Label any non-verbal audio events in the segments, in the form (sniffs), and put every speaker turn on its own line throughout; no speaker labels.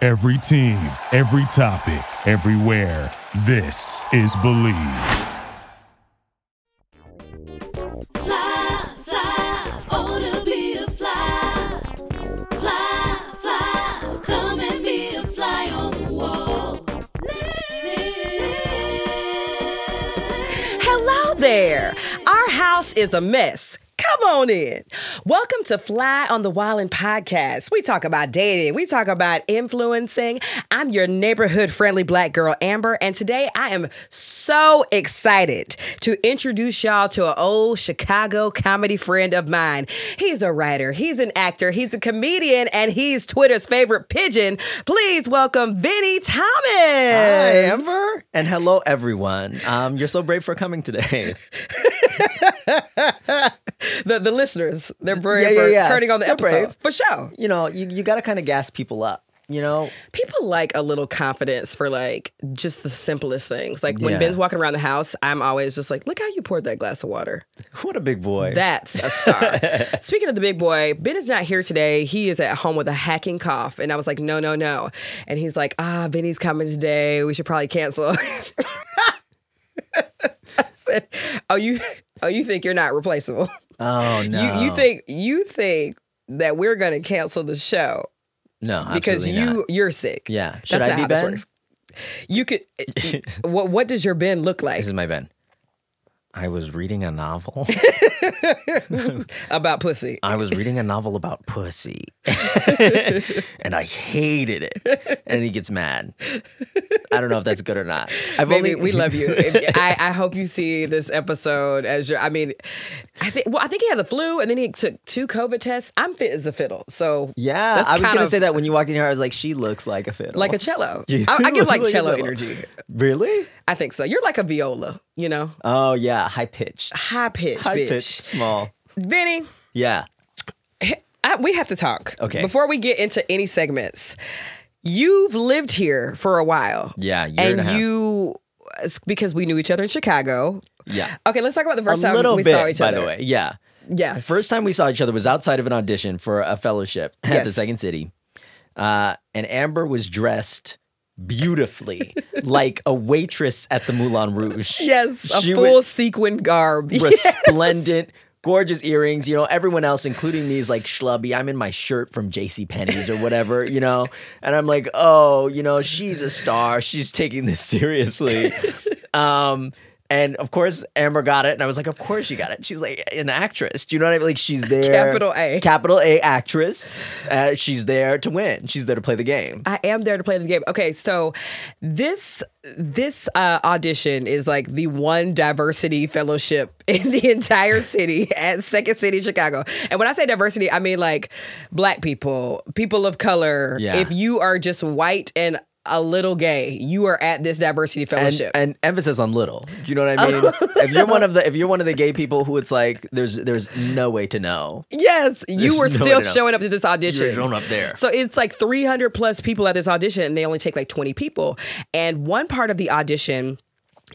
Every team, every topic, everywhere. This is Believe.
Fly, fly, oh to be a fly. Fly, fly, come and be a fly on the wall.
Hello there. Our house is a mess. Come on in. Welcome to Fly on the Wildin' podcast. We talk about dating, we talk about influencing. I'm your neighborhood friendly black girl, Amber, and today I am so excited to introduce y'all to an old Chicago comedy friend of mine. He's a writer, he's an actor, he's a comedian, and he's Twitter's favorite pigeon. Please welcome Vinny Thomas.
Hi, Amber. And hello, everyone. Um, you're so brave for coming today. (laughs)
the the listeners. They're brave
Yeah, yeah,
for
yeah.
turning on the
They're
episode
brave.
for sure.
You know, you, you got to kind of gas people up, you know?
People like a little confidence for like just the simplest things. Like when
Yeah.
Ben's walking around the house, I'm always just like, look how you poured that glass of water.
What a big boy.
That's a star. Speaking of the big boy, Ben is not here today. He is at home with a hacking cough, and I was like, no, no, no. And he's like, ah, Benny's coming today. We should probably cancel. (laughs) I said, oh, you, oh, you think you're not replaceable?
oh, no.
You you think you think that we're gonna cancel the show
No,
because
absolutely
you
not.
you're sick.
Yeah. Should
That's not
I be
how this
Ben?
works. You
(laughs)
could what what does your Ben look like
This is my Ben. I was reading a (laughs) novel.
about pussy?
I was reading a novel about pussy. (laughs) and I hated it. And he gets mad. I don't know if that's good or not. I've
Baby, we love you. If- I, I hope you see this episode as your. I mean, I think. Well, I think he had the flu, and then he took two COVID tests. I'm fit as a fiddle, so
(laughs) Yeah,
that's
I was
kind
gonna
of
say that when you walked in here, I was like, she looks like a fiddle,
like a cello. I,
(laughs)
I give like
Like a
cello
cello.
energy.
(laughs) really?
I think so. You're like a viola, you know,
Oh yeah, high pitched,
high pitch,
high
bitch.
pitched, small.
Vinny,
Yeah,
I, we have to talk.
Okay.
Before we get into any segments, you've lived here for a while.
Yeah, year
and
and a half.
you it's because we knew each other in Chicago.
yeah.
Okay, let's talk about the first
a
time
little
we
bit,
saw each
by
other.
the way. Yeah,
yes.
first time we saw each other was outside of an audition for a fellowship (laughs) at the
Yes.
Second City, uh, and Amber was dressed beautifully, (laughs) like a waitress at the Moulin Rouge.
yes, a
She
full
was-
sequin garb. (laughs)
resplendent, gorgeous earrings. You know, everyone else, including these like schlubby, I'm in my shirt from J.C. Penney's or whatever, you know, and I'm like, oh, you know, she's a star. She's taking this seriously.
(laughs)
Um, and of course, Amber got it, and I was like, "Of course she got it." She's like an actress. Do you know what I mean? Like she's there,
Capital A.
capital A actress. Uh, she's there to win. She's there to play the game.
I am there to play the game. Okay, so this this uh, audition is like the one diversity fellowship (laughs) in the entire city at Second City Chicago. And when I say diversity, I mean like black people, people of color.
Yeah.
If you are just white and a little gay, you are at this diversity
and,
fellowship.
and emphasis on little. Do you know what I mean?
Oh, (laughs)
if you're one of the if you're one of the gay people who it's like there's there's no way to know.
yes, you
There's
were
no
still
doubt.
showing up to this audition.
up there.
So it's like 300 plus people at this audition, and they only take like 20 people. And one part of the audition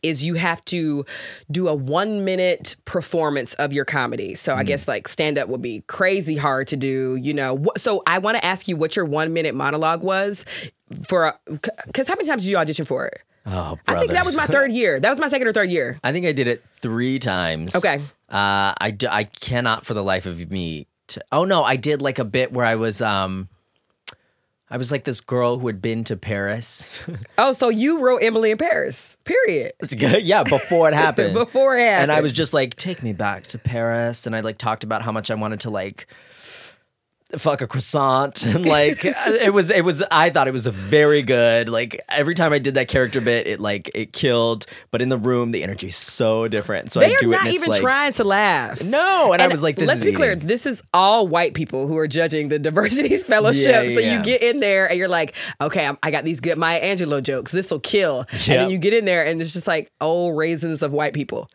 is you have to do a one minute performance of your comedy. So
Hmm.
I guess like stand up would be crazy hard to do, you know. Wh- So I want to ask you what your one minute monologue was for, because how many times did you audition for it?
oh,
I think that
brothers.
was my third year. That was my second or third year.
I think I did it three times.
Okay.
Uh, I d- I cannot for the life of me. T- oh no, I did like a bit where I was um, I was like this girl who had been to Paris.
Oh, so you wrote Emily in Paris, period.
It's good. Yeah, before
(laughs)
it happened.
Before it
And I
happened.
was just like, take me back to Paris. And I like talked about how much I wanted to like fuck a croissant.
(laughs)
And like it was it was I thought it was a very good. Like every time I did that character bit, it like it killed. But in the room, the energy's so different. So
They
I
are
do it
not
and it's
even
like
trying to laugh.
No. And, I was like, this
let's
is
be clear,
eating.
this is all white people who are judging the diversities (laughs) fellowship.
Yeah, yeah,
so you
yeah.
get in there and you're like, okay, I'm, I got these good Maya Angelou jokes. This will kill. And
Yeah.
then you get in there and it's just like old raisins of white people.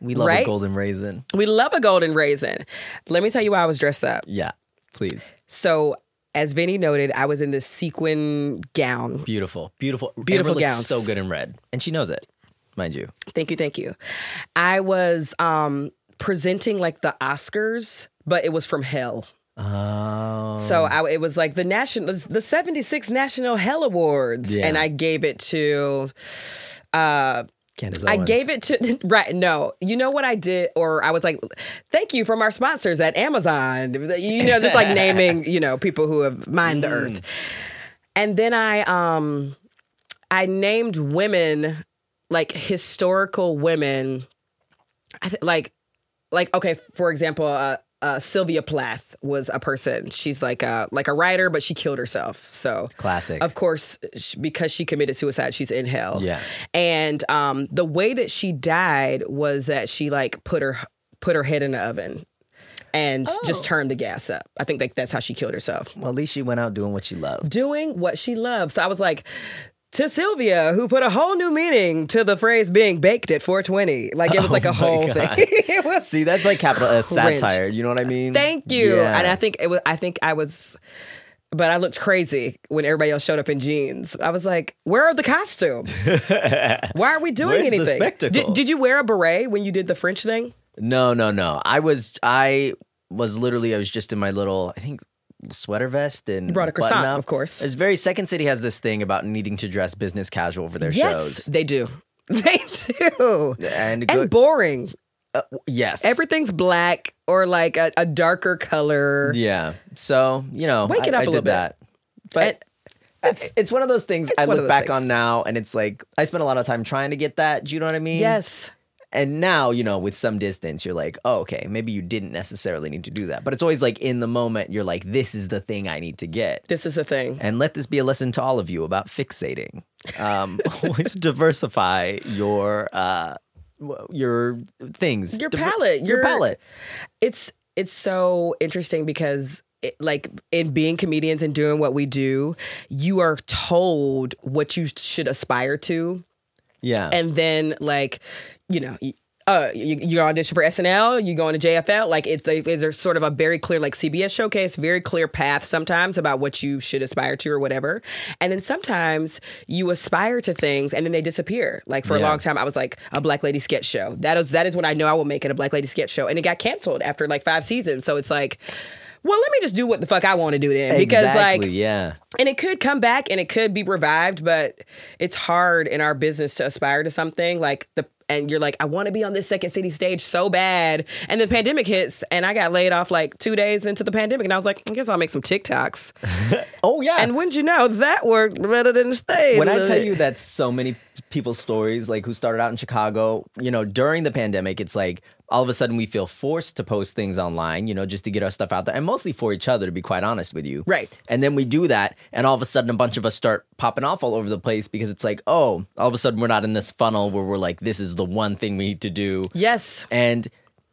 We love
right?
a golden raisin.
We love a golden raisin. Let me tell you why I was dressed up.
Yeah. Please.
So, as Vinny noted, I was in this sequin gown.
Beautiful. Beautiful.
Beautiful
Amber looks
gowns.
so good in red. And she knows it, mind you.
Thank you, thank you. I was um, presenting like the Oscars, but it was from hell.
Oh.
So I, it was like the national, the 76 National Hell Awards.
Yeah.
And I gave it to, uh,
Candace
I
Owens.
gave it to, (laughs) right. No, you know what I did? Or I was like, thank you from our sponsors at Amazon. You know, just like
(laughs)
naming, you know, people who have mined the
Mm.
earth. And then I, um, I named women like historical women. I th- like, like okay, for example, uh, uh, Sylvia Plath was a person. She's like a like a writer, but she killed herself. So
Classic.
of course, sh because she committed suicide, she's in hell.
Yeah.
and um, the way that she died was that she like put her put her head in the oven and just turned the gas up. I think like that's how she killed herself
Well, at least she went out doing what she loved.
doing what she loves. So I was like, to Sylvia, who put a whole new meaning to the phrase being baked at 420. Like it was like a whole thing. (laughs) it was,
(laughs) Oh See, that's like capital S
Cringe.
satire. You know what I mean?
thank you.
Yeah.
And I think it was I think I was but I looked crazy when everybody else showed up in jeans. I was like, where are the
(laughs)
costumes? Why are we doing
Where's the
anything?
spectacle?
Did, did you wear a beret when you did the French thing?
No, no, no. I was I was literally I was just in my little I think sweater vest and
brought a croissant,
button up.
of course.
It's very Second City has this thing about needing to dress business casual for their
Yes,
shows.
they do. (laughs) They do.
And,
And
good-
boring.
uh, yes.
Everything's black or like a, a darker color.
Yeah. So, you know,
Wake
I,
it up
I
a
did
little bit.
that. But
And-
it's, it's one of those things I
one of
look
those
back
things.
on now and it's like I spent a lot of time trying to get that. Do you know what I mean?
Yes.
And now, you know, with some distance, you're like, oh, okay, maybe you didn't necessarily need to do that. But it's always like in the moment, you're like, this is the thing I need to get.
This is a thing.
And let this be a lesson to all of you about fixating. Um, (laughs) always diversify your uh, w- your things,
Your palette,
your,
your-
palette.
It's it's so interesting because it, like in being comedians and doing what we do, you are told what you should aspire to
Yeah,
and then like you know y- uh, you, you audition for SNL, you go on to JFL. Like, it's, they- there's sort of a very clear, like CBS showcase, very clear path sometimes about what you should aspire to or whatever. And then sometimes you aspire to things and then they disappear. Like, for a
Yeah.
long time, I was like, a Black Lady sketch show. That is, that is when I know I will make it a Black Lady sketch show. And it got canceled after like five seasons. So it's like, well, let me just do what the fuck I want to do then. Because,
Exactly,
like,
yeah,
and it could come back and it could be revived but it's hard in our business to aspire to something like the and you're like i want to be on this second city stage so bad and the pandemic hits and i got laid off like two days into the pandemic and i was like i guess i'll make some
(laughs)
tiktoks
oh yeah.
and wouldn't you know that worked better than stayed
when I tell you that so many people's stories, like who started out in Chicago, you know, during the pandemic, it's like all of a sudden we feel forced to post things online, you know, just to get our stuff out there and mostly for each other, to be quite honest with you.
Right.
And then we do that, and all of a sudden a bunch of us start popping off all over the place because it's like, oh, all of a sudden we're not in this funnel where we're like, this is the one thing we need to do.
yes
And,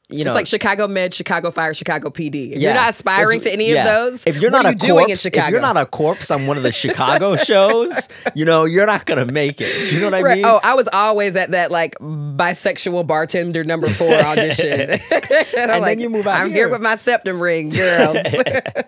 you know,
it's like Chicago Med, Chicago Fire, Chicago PD. If
yeah.
You're not aspiring
It's-
to any
yeah.
of those.
If you're
what
not
are
a
you
corpse,
doing in Chicago,
if you're not a corpse on one of
(laughs)
the Chicago shows, you know you're not gonna make it. You know what I
Right.
mean?
Oh, I was always at that like bisexual bartender number four audition. (laughs)
(laughs)
and I'm
then
like,
you move out
I'm
here.
here with my septum ring,
(laughs)
girls.
I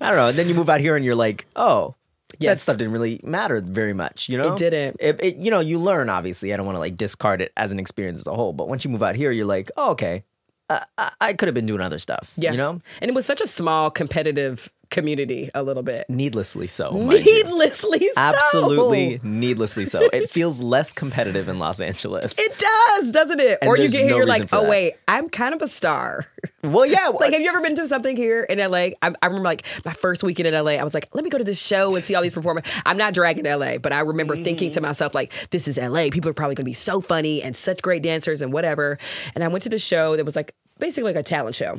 don't know. And then you move out here and you're like, oh, that
Yes.
stuff didn't really matter very much, you know?
It didn't.
It, it- you know, you learn, obviously. I don't want to like discard it as an experience as a whole. But once you move out here, you're like, oh, okay. I, I, I could have been doing other stuff,
yeah.
you know?
And it was such a small competitive community, a little bit.
Needlessly so. mind
(laughs)
you.
Needlessly so.
Absolutely needlessly so. It feels less competitive in Los Angeles.
It does, doesn't it?
And
or you
there's
get here,
no
you're
reason
like,
for
oh,
that.
wait, I'm kind of a star. (laughs)
well, yeah.
like, have you ever been to something here in LA? I, I remember, like, my first weekend in LA, I was like, let me go to this show and see all these performers. I'm not dragging LA, but I remember thinking
Mm.
to myself, like, this is LA. People are probably going to be so funny and such great dancers and whatever. And I went to the show that was like basically like a talent show.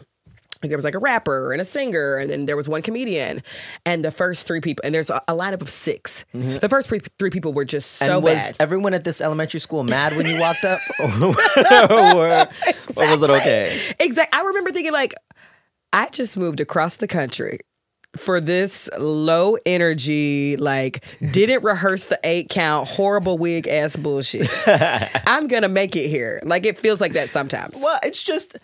Like there was like a rapper and a singer, and then there was one comedian, and the first three people, and there's a, a lineup of 6 The first three, three people were just so
Mm-hmm. and was
bad.
everyone at this elementary school mad when you walked (laughs) up? or, or was it okay?
Exactly. I remember thinking like, I just moved across the country for this low energy, like
(laughs)
didn't rehearse the eight count, horrible wig ass bullshit. I'm gonna make it here. Like it feels like that sometimes.
Well, it's just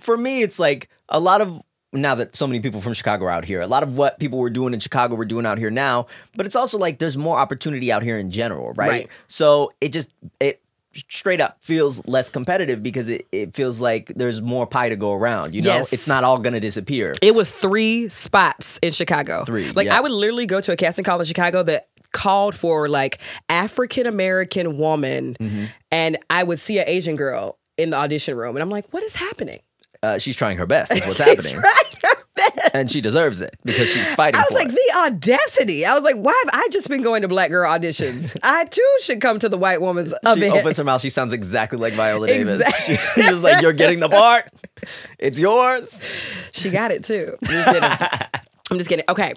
for me, it's like a lot of now that so many people from Chicago are out here, a lot of what people were doing in Chicago we're doing out here now, but it's also like there's more opportunity out here in general, right?
Right.
So it just it straight up feels less competitive because it, it feels like there's more pie to go around. You know,
Yes.
it's not all gonna disappear.
It was three spots in Chicago.
Three,
Like
yeah.
I would literally go to a casting call in Chicago that called for like African American woman,
Mm-hmm.
and I would see an Asian girl in the audition room, and I'm like, what is happening?
Uh, (laughs) she's trying her best. Is what's
She's
happening,
(laughs) right.
and she deserves it because she's fighting
I was
for
like,
it.
the audacity. I was like, why have I just been going to black girl
(laughs)
auditions? I too should come to the white woman's
she
event.
opens her mouth. She sounds exactly like Viola
Exactly.
Davis. (laughs) She was like, "You're getting the part. It's yours."
(laughs) she got it
(laughs)
too. (laughs) I'm just kidding. Okay.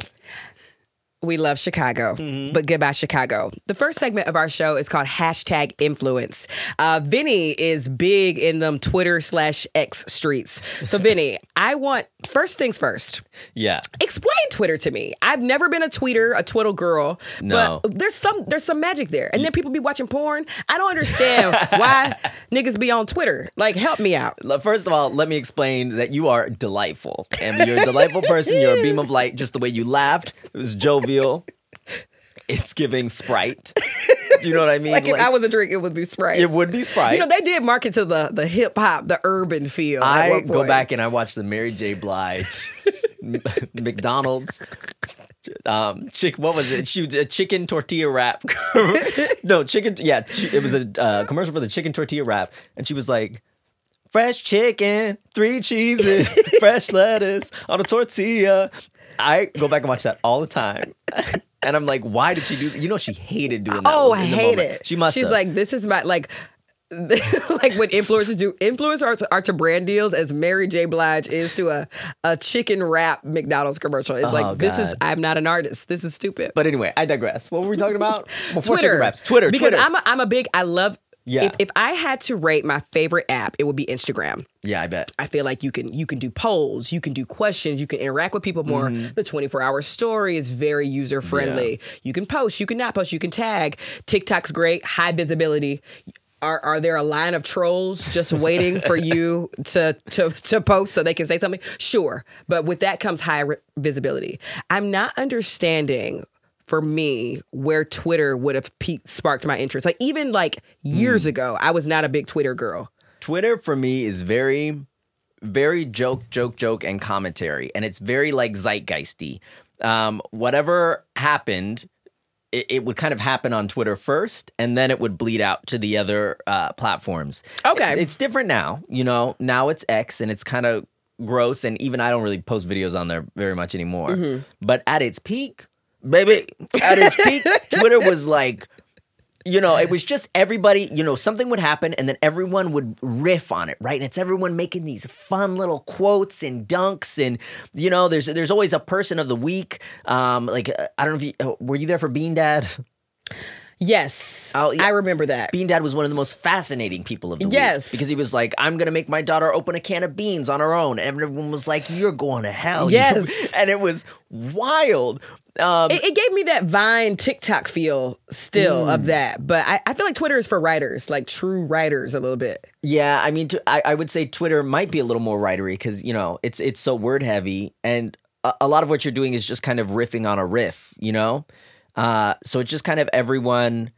We love Chicago,
Mm-hmm.
but goodbye, Chicago. The first segment of our show is called hashtag influence. Uh, Vinny is big in them Twitter slash X streets. So,
(laughs)
Vinny, I want first things first.
Yeah.
Explain Twitter to me. I've never been a tweeter, a twiddle girl.
No.
But there's some there's some magic there. And then people be watching porn. I don't understand (laughs) why niggas be on Twitter. Like, help me out.
Le- First of all, let me explain that you are delightful. And you're a delightful person. You're a beam of light. Just the way you laughed, it was jovial. It's giving Sprite. You know what I mean?
Like, if
Like,
I was a drink, it would be Sprite.
it would be Sprite.
You know, they did market to the the hip hop, the urban feel. at
I
one
go
point.
back and I watch the Mary J. Blige, (laughs) M- McDonald's, um, chick. What was it? She was a chicken tortilla wrap. (laughs) no, chicken. Yeah, she- it was a uh, commercial for the chicken tortilla wrap, and she was like, "Fresh chicken,
(laughs)
three cheeses, fresh lettuce on a tortilla." I go back and watch that all the time. And I'm like, why did she do? You know, she hated doing that.
Oh, I
in the
hate
moment.
it.
She must.
She's
have.
like, this is my like. (laughs) like what influencers do influencers are to, are to brand deals as Mary J. Blige is to a, a chicken wrap McDonald's commercial. It's like this is
Oh, God.
I'm not an artist. This is stupid.
But anyway, I digress. What were we talking about? Before chicken
Twitter
wraps. Twitter.
Because
Twitter.
I'm a, I'm a big I love
Yeah.
If, if I had to rate my favorite app, it would be Instagram.
yeah, I bet.
I feel like you can you can do polls, you can do questions, you can interact with people more.
Mm-hmm.
The 24 hour story is very user friendly. You can post, you can not post, you can tag. TikTok's great, high visibility. Are, are there a line of trolls just waiting
(laughs)
for you to, to to post so they can say something? Sure, but with that comes high re- visibility. I'm not understanding for me where Twitter would have pe- sparked my interest. Like even like years
Mm.
ago, I was not a big Twitter girl.
Twitter for me is very, very joke, joke, joke, and commentary, and it's very like zeitgeisty. Um, whatever happened, it, it would kind of happen on Twitter first, and then it would bleed out to the other uh, platforms.
Okay.
It- it's different now. You know, now it's X, and it's kind of gross, and even I don't really post videos on there very much anymore. But at its peak, baby, at its peak, Twitter was like you know, it was just everybody, you know, something would happen and then everyone would riff on it, right? And it's everyone making these fun little quotes and dunks and you know, there's there's always a person of the week. Um like uh, I don't know if you uh, were you there for Bean Dad? (laughs)
Yes,
Oh, yeah.
I remember that.
Bean Dad was one of the most fascinating people of the
Yes.
week because he was like, "I'm gonna make my daughter open a can of beans on her own," and everyone was like, "You're going to hell!" you-"
Yes.
(laughs) and it was wild. Um,
it, it gave me that Vine TikTok feel still
Mm.
of that, but I, I feel like Twitter is for writers, like true writers, a little bit.
Yeah, I mean, t- I, I would say Twitter might be a little more writery because you know it's it's so word heavy, and a, a lot of what you're doing is just kind of riffing on a riff, you know. Uh, so it's just kind of everyone,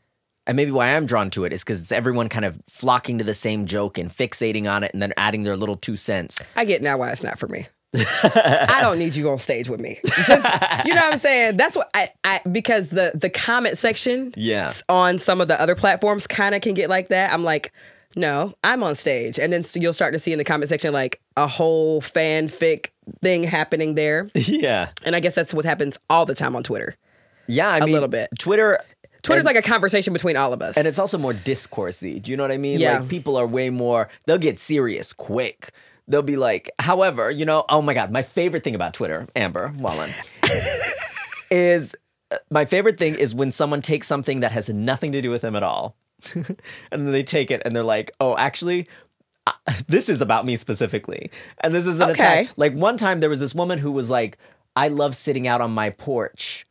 and maybe why I'm drawn to it is because it's everyone kind of flocking to the same joke and fixating on it, and then adding their little
(laughs)
two cents.
I get now why it's not for
(laughs)
me. I don't need you on stage with me. Just you know what I'm saying. That's what I, I because the the comment section
Yeah.
s- on some of the other platforms kind of can get like that. I'm like, no, I'm on stage, and then s you'll start to see in the comment section like a whole fanfic thing happening there,
Yeah,
and I guess that's what happens all the time on Twitter.
yeah, I a mean,
little bit.
Twitter.
Twitter's
and-
like a conversation between all of us.
And it's also more discoursey. Do you know what I mean?
Yeah.
Like people are way more. They'll get serious quick. They'll be like, however, you know. Oh my god, my favorite thing about Twitter, Amber Wallen,
(laughs)
is uh, my favorite thing is when someone takes something that has nothing to do with them at all, (laughs) and then they take it and they're like, oh, actually. I- (laughs) This is about me specifically. And this is an
Okay.
attack. Like one time there was this woman who was like, I love sitting out on my porch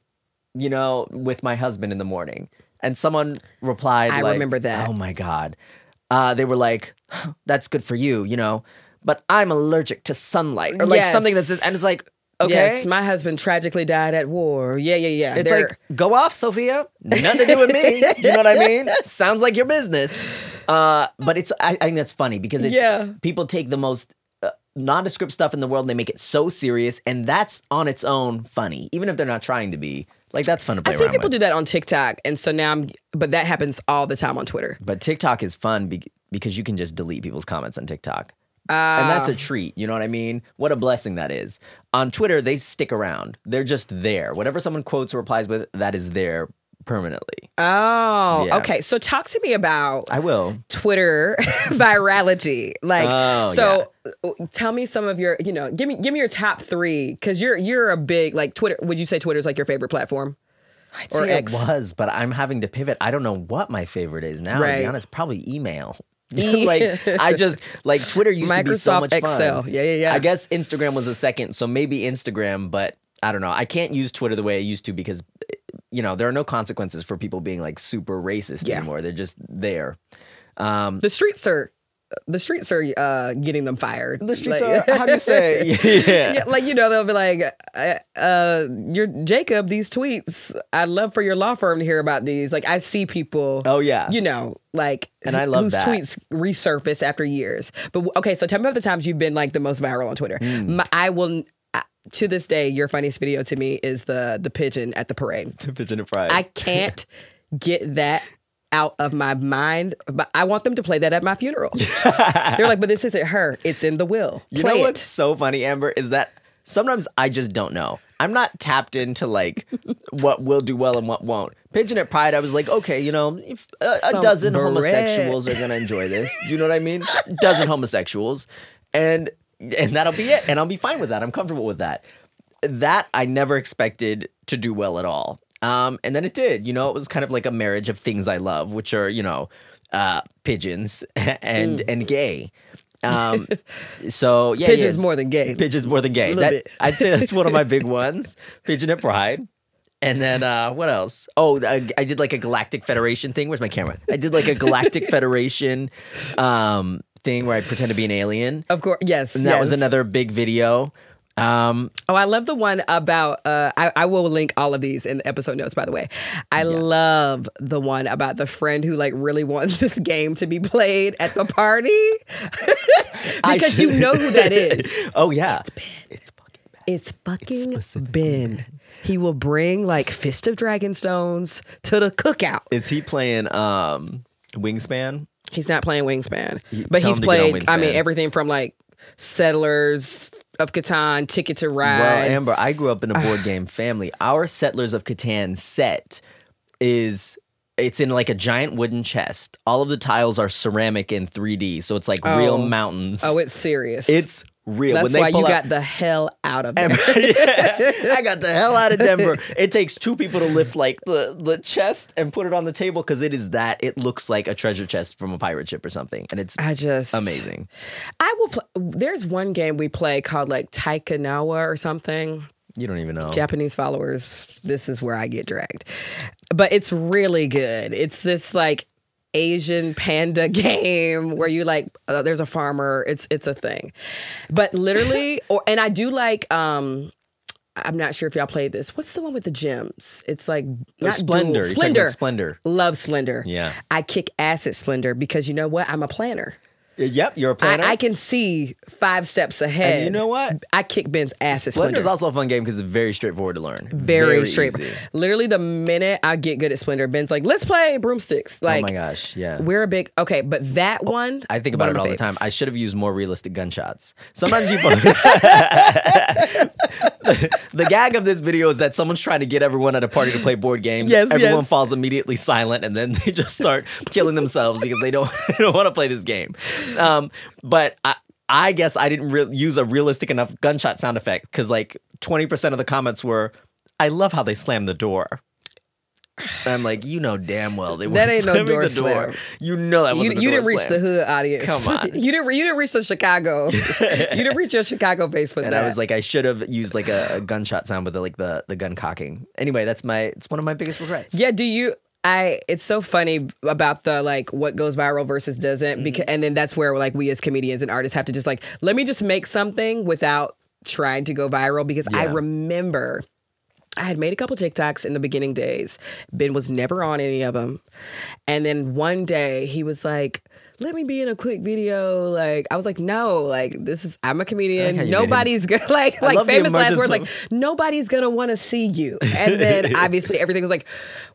you know, with my husband in the morning. And someone replied,
I
like,
remember that.
Oh my God. Uh, they were like, that's good for you, you know, but I'm allergic to sunlight or like
Yes.
something that's just, and it's like, okay.
Yes, my husband tragically died at war. Yeah, yeah, yeah.
it's
They're- (laughs)
like, go off, Sophia. Nothing to do with me. You know what I mean? Sounds like your business. Uh, but it's I, I think that's funny because it's
Yeah.
people take the most uh, nondescript stuff in the world and they make it so serious, and that's on its own funny, even if they're not trying to be. Like that's fun to play
I see
around
people
with.
do that on TikTok, and so now I'm. But that happens all the time on Twitter.
But TikTok is fun be- because you can just delete people's comments on TikTok. and that's a treat. You know what I mean? What a blessing that is. On Twitter, they stick around. They're just there. Whatever someone quotes or replies with, that is there permanently.
Oh,
Yeah.
okay. So talk to me about
I will.
Twitter (laughs) virality. Like,
Oh,
so uh, tell me some of your, you know, give me give me your top three because you're you're a big like Twitter. Would you say Twitter's like your favorite platform?
I'd
Or
say
X.
it was, but I'm having to pivot. I don't know what my favorite is now. To
Right.
be honest, probably
(laughs)
email. (laughs) like I just like Twitter used to be so
Microsoft
much
Excel.
fun.
Yeah, yeah, yeah.
I guess Instagram was a second, so maybe Instagram, but I don't know. I can't use Twitter the way I used to because you know there are no consequences for people being like super racist
Yeah.
anymore. They're just there. Um,
The streets are the streets are uh, getting them fired.
The streets
Like-
are. (laughs)
(laughs)
How do you say? yeah.
Yeah, like you know, they'll be like, uh, uh, "Your Jacob, these tweets. I'd love for your law firm to hear about these." Like, I see people.
Oh, yeah.
you know, like,
And I love
whose
that.
tweets resurface after years. But okay, so tell me about the times you've been like the most viral on Twitter.
Hmm.
My, I will. I, to this day, your funniest video to me is the the pigeon at the parade.
(laughs) Pigeon and fried.
I can't get that out of my mind. But I want them to play that at my
(laughs)
funeral. They're like, but this isn't her. It's in the will.
You
Play
know
it."
what's so funny, Amber, is that sometimes I just don't know. I'm not tapped
(laughs)
into like what will do well and what won't. Pigeon at Pride, I was like, okay, you know, if a,
Some
a dozen
bread.
homosexuals are gonna enjoy this. Do you know what I mean? A dozen homosexuals, and and that'll be it. And I'll be fine with that. I'm comfortable with that. That I never expected to do well at all. Um, and then it did. You know, it was kind of like a marriage of things I love, which are you know, uh, pigeons (laughs) and
Mm.
and gay. Um, so yeah,
Pigeons
yeah.
more than gay.
Pigeons more than gay.
Little
That-
bit.
I'd say that's one of my
(laughs)
big ones. Pigeon at Pride. And then uh, what else? Oh, I, I did like a Galactic Federation thing. Where's my camera? I did like a
(laughs)
Galactic Federation um, thing where I pretend to be an alien.
Of course, yes.
And that was
Oh, yes.
another big video. Um,
Oh, I love the one about. Uh, I, I will link all of these in the episode notes. By the way, I love the one about the friend who like really wants (laughs) this game to be played at the party (laughs)
I
because you
(laughs) should-
know who that is.
oh yeah, it's fucking bad.
It's fucking Ben. He will bring like fist of dragonstones to the cookout.
Is he playing um, Wingspan?
He's not playing Wingspan, but
tell
he's
him to get on
played. I mean,
Wingspan.
everything from like Settlers of Catan, Ticket to Ride.
Well, Amber, I grew up in a board game family. Our Settlers of Catan set is it's in like a giant wooden chest. All of the tiles are ceramic in 3D, so it's like real mountains.
oh, it's serious.
it's real.
that's why you
pull out-
got the (laughs) hell out of it.
(laughs) Yeah, I got the hell out of Denver. It takes two people to lift like the, the chest and put it on the table because it is that. It looks like a treasure chest from a pirate ship or something, and it's
I just
amazing.
I will. Play, there's one game we play called like Taikanawa or something.
You don't even know.
Japanese followers, this is where I get dragged. But it's really good. It's this like Asian panda (laughs) game where you like uh, there's a farmer. It's it's a thing. But
(laughs)
literally or and I do like um I'm not sure if y'all played this. What's the one with the gems? It's like not
Splendor.
Duel,
You're talking about
Splendor.
Splendor.
Love Splendor.
Yeah.
I kick ass at Splendor because you know what? I'm a planner.
Yep, you're a planner.
I, I can see five steps ahead.
And you know what?
I kick Ben's ass at Splendor.
Splendor is also a fun game because it's very straightforward to learn.
very,
easy.
straightforward. Literally, the minute I get good at Splendor, Ben's like, "Let's play broomsticks." Like,
oh my gosh, yeah. Oh,
we're a big okay, but that one
I think about
one
it
of
all
my
the time.
faves.
I should have used more realistic gunshots.
(laughs)
Sometimes you. (laughs) the gag of this video is that someone's trying to get everyone at a party to play board games.
Yes,
everyone
yes.
falls immediately silent, and then (laughs) they just start killing themselves because they don't, (laughs) they don't want to play this game. Um, but I, I guess I didn't re- use a realistic enough gunshot sound effect because like twenty percent of the comments were, "I love how they slam the door." And I'm like, you know damn well they
That
weren't
ain't no
slamming
door
the door.
slam.
You know that
you,
wasn't the
you
door
didn't reach
slam.
the hood audience.
Come on.
(laughs) you didn't you didn't reach the Chicago.
(laughs)
you didn't reach your Chicago base for
And
that.
I was like, I should have used like a, a gunshot sound with the, like the the gun cocking. Anyway, that's my it's one of my biggest regrets.
Yeah, do you? I. It's so funny about the like what goes viral versus doesn't,
Mm-hmm.
because and then that's where like we as comedians and artists have to just like let me just make something without trying to go viral because I
Yeah.
remember. I had made a couple TikToks in the beginning days. Ben was never on any of them. And then one day he was like, let me be in a quick video. Like, I was like, no, like, this is, I'm a comedian.
how you made him-
Nobody's gonna, (laughs) like,
I
like
love the
famous last
emergence
words,
of-
like, nobody's gonna wanna see you. And then obviously everything was like,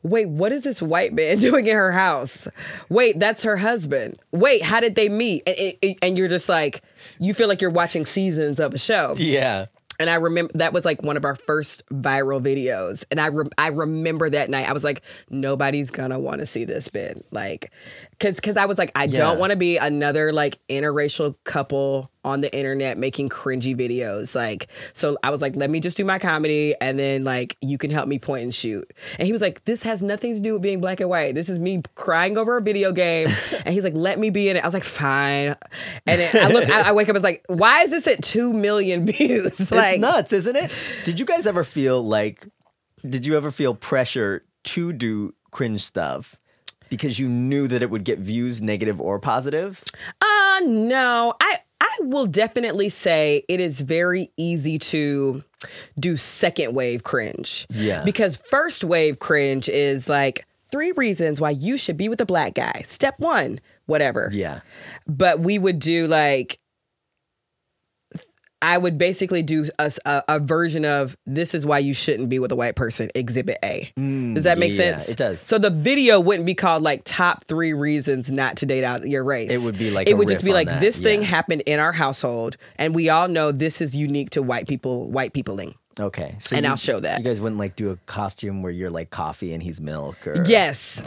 wait, what is this white man (laughs) doing in her house? Wait, that's her husband. Wait, how did they meet? And, it- it- and you're just like, you feel like you're watching seasons of a show.
Yeah.
And I remember that was like one of our first viral videos. And I re- I remember that night. I was like, nobody's gonna want to see this bit, like, cause cause I was like, I don't
Yeah.
want to be another like interracial couple on the internet making cringy videos. Like, so I was like, let me just do my comedy, and then like you can help me point and shoot. And he was like, this has nothing to do with being black and white. This is me crying over a video game. and he's like, let me be in it. I was like, fine. And then I look, I, I wake up, it's like, why is this at two million (laughs) views? like
it's nuts, isn't it? Did you guys ever feel like did you ever feel pressure to do cringe stuff because you knew that it would get views negative or positive?
uh no i i will definitely say it is very easy to do second wave cringe
Yeah.
because first wave cringe is like three reasons why you should be with a black guy step one whatever
Yeah.
but we would do like I would basically do a, a, a version of this is why you shouldn't be with a white person, exhibit A. does that make
Mm, yeah,
sense?
it does.
So the video wouldn't be called like top three reasons not to date out your race.
It would be like
it
a
would just
riff
be
on
like
that,
this thing
yeah.
happened in our household, and we all know this is unique to white people, white peopling.
Okay. So
And
you-
I'll show that.
You guys wouldn't like do a costume where you're like coffee and he's milk or
Yes,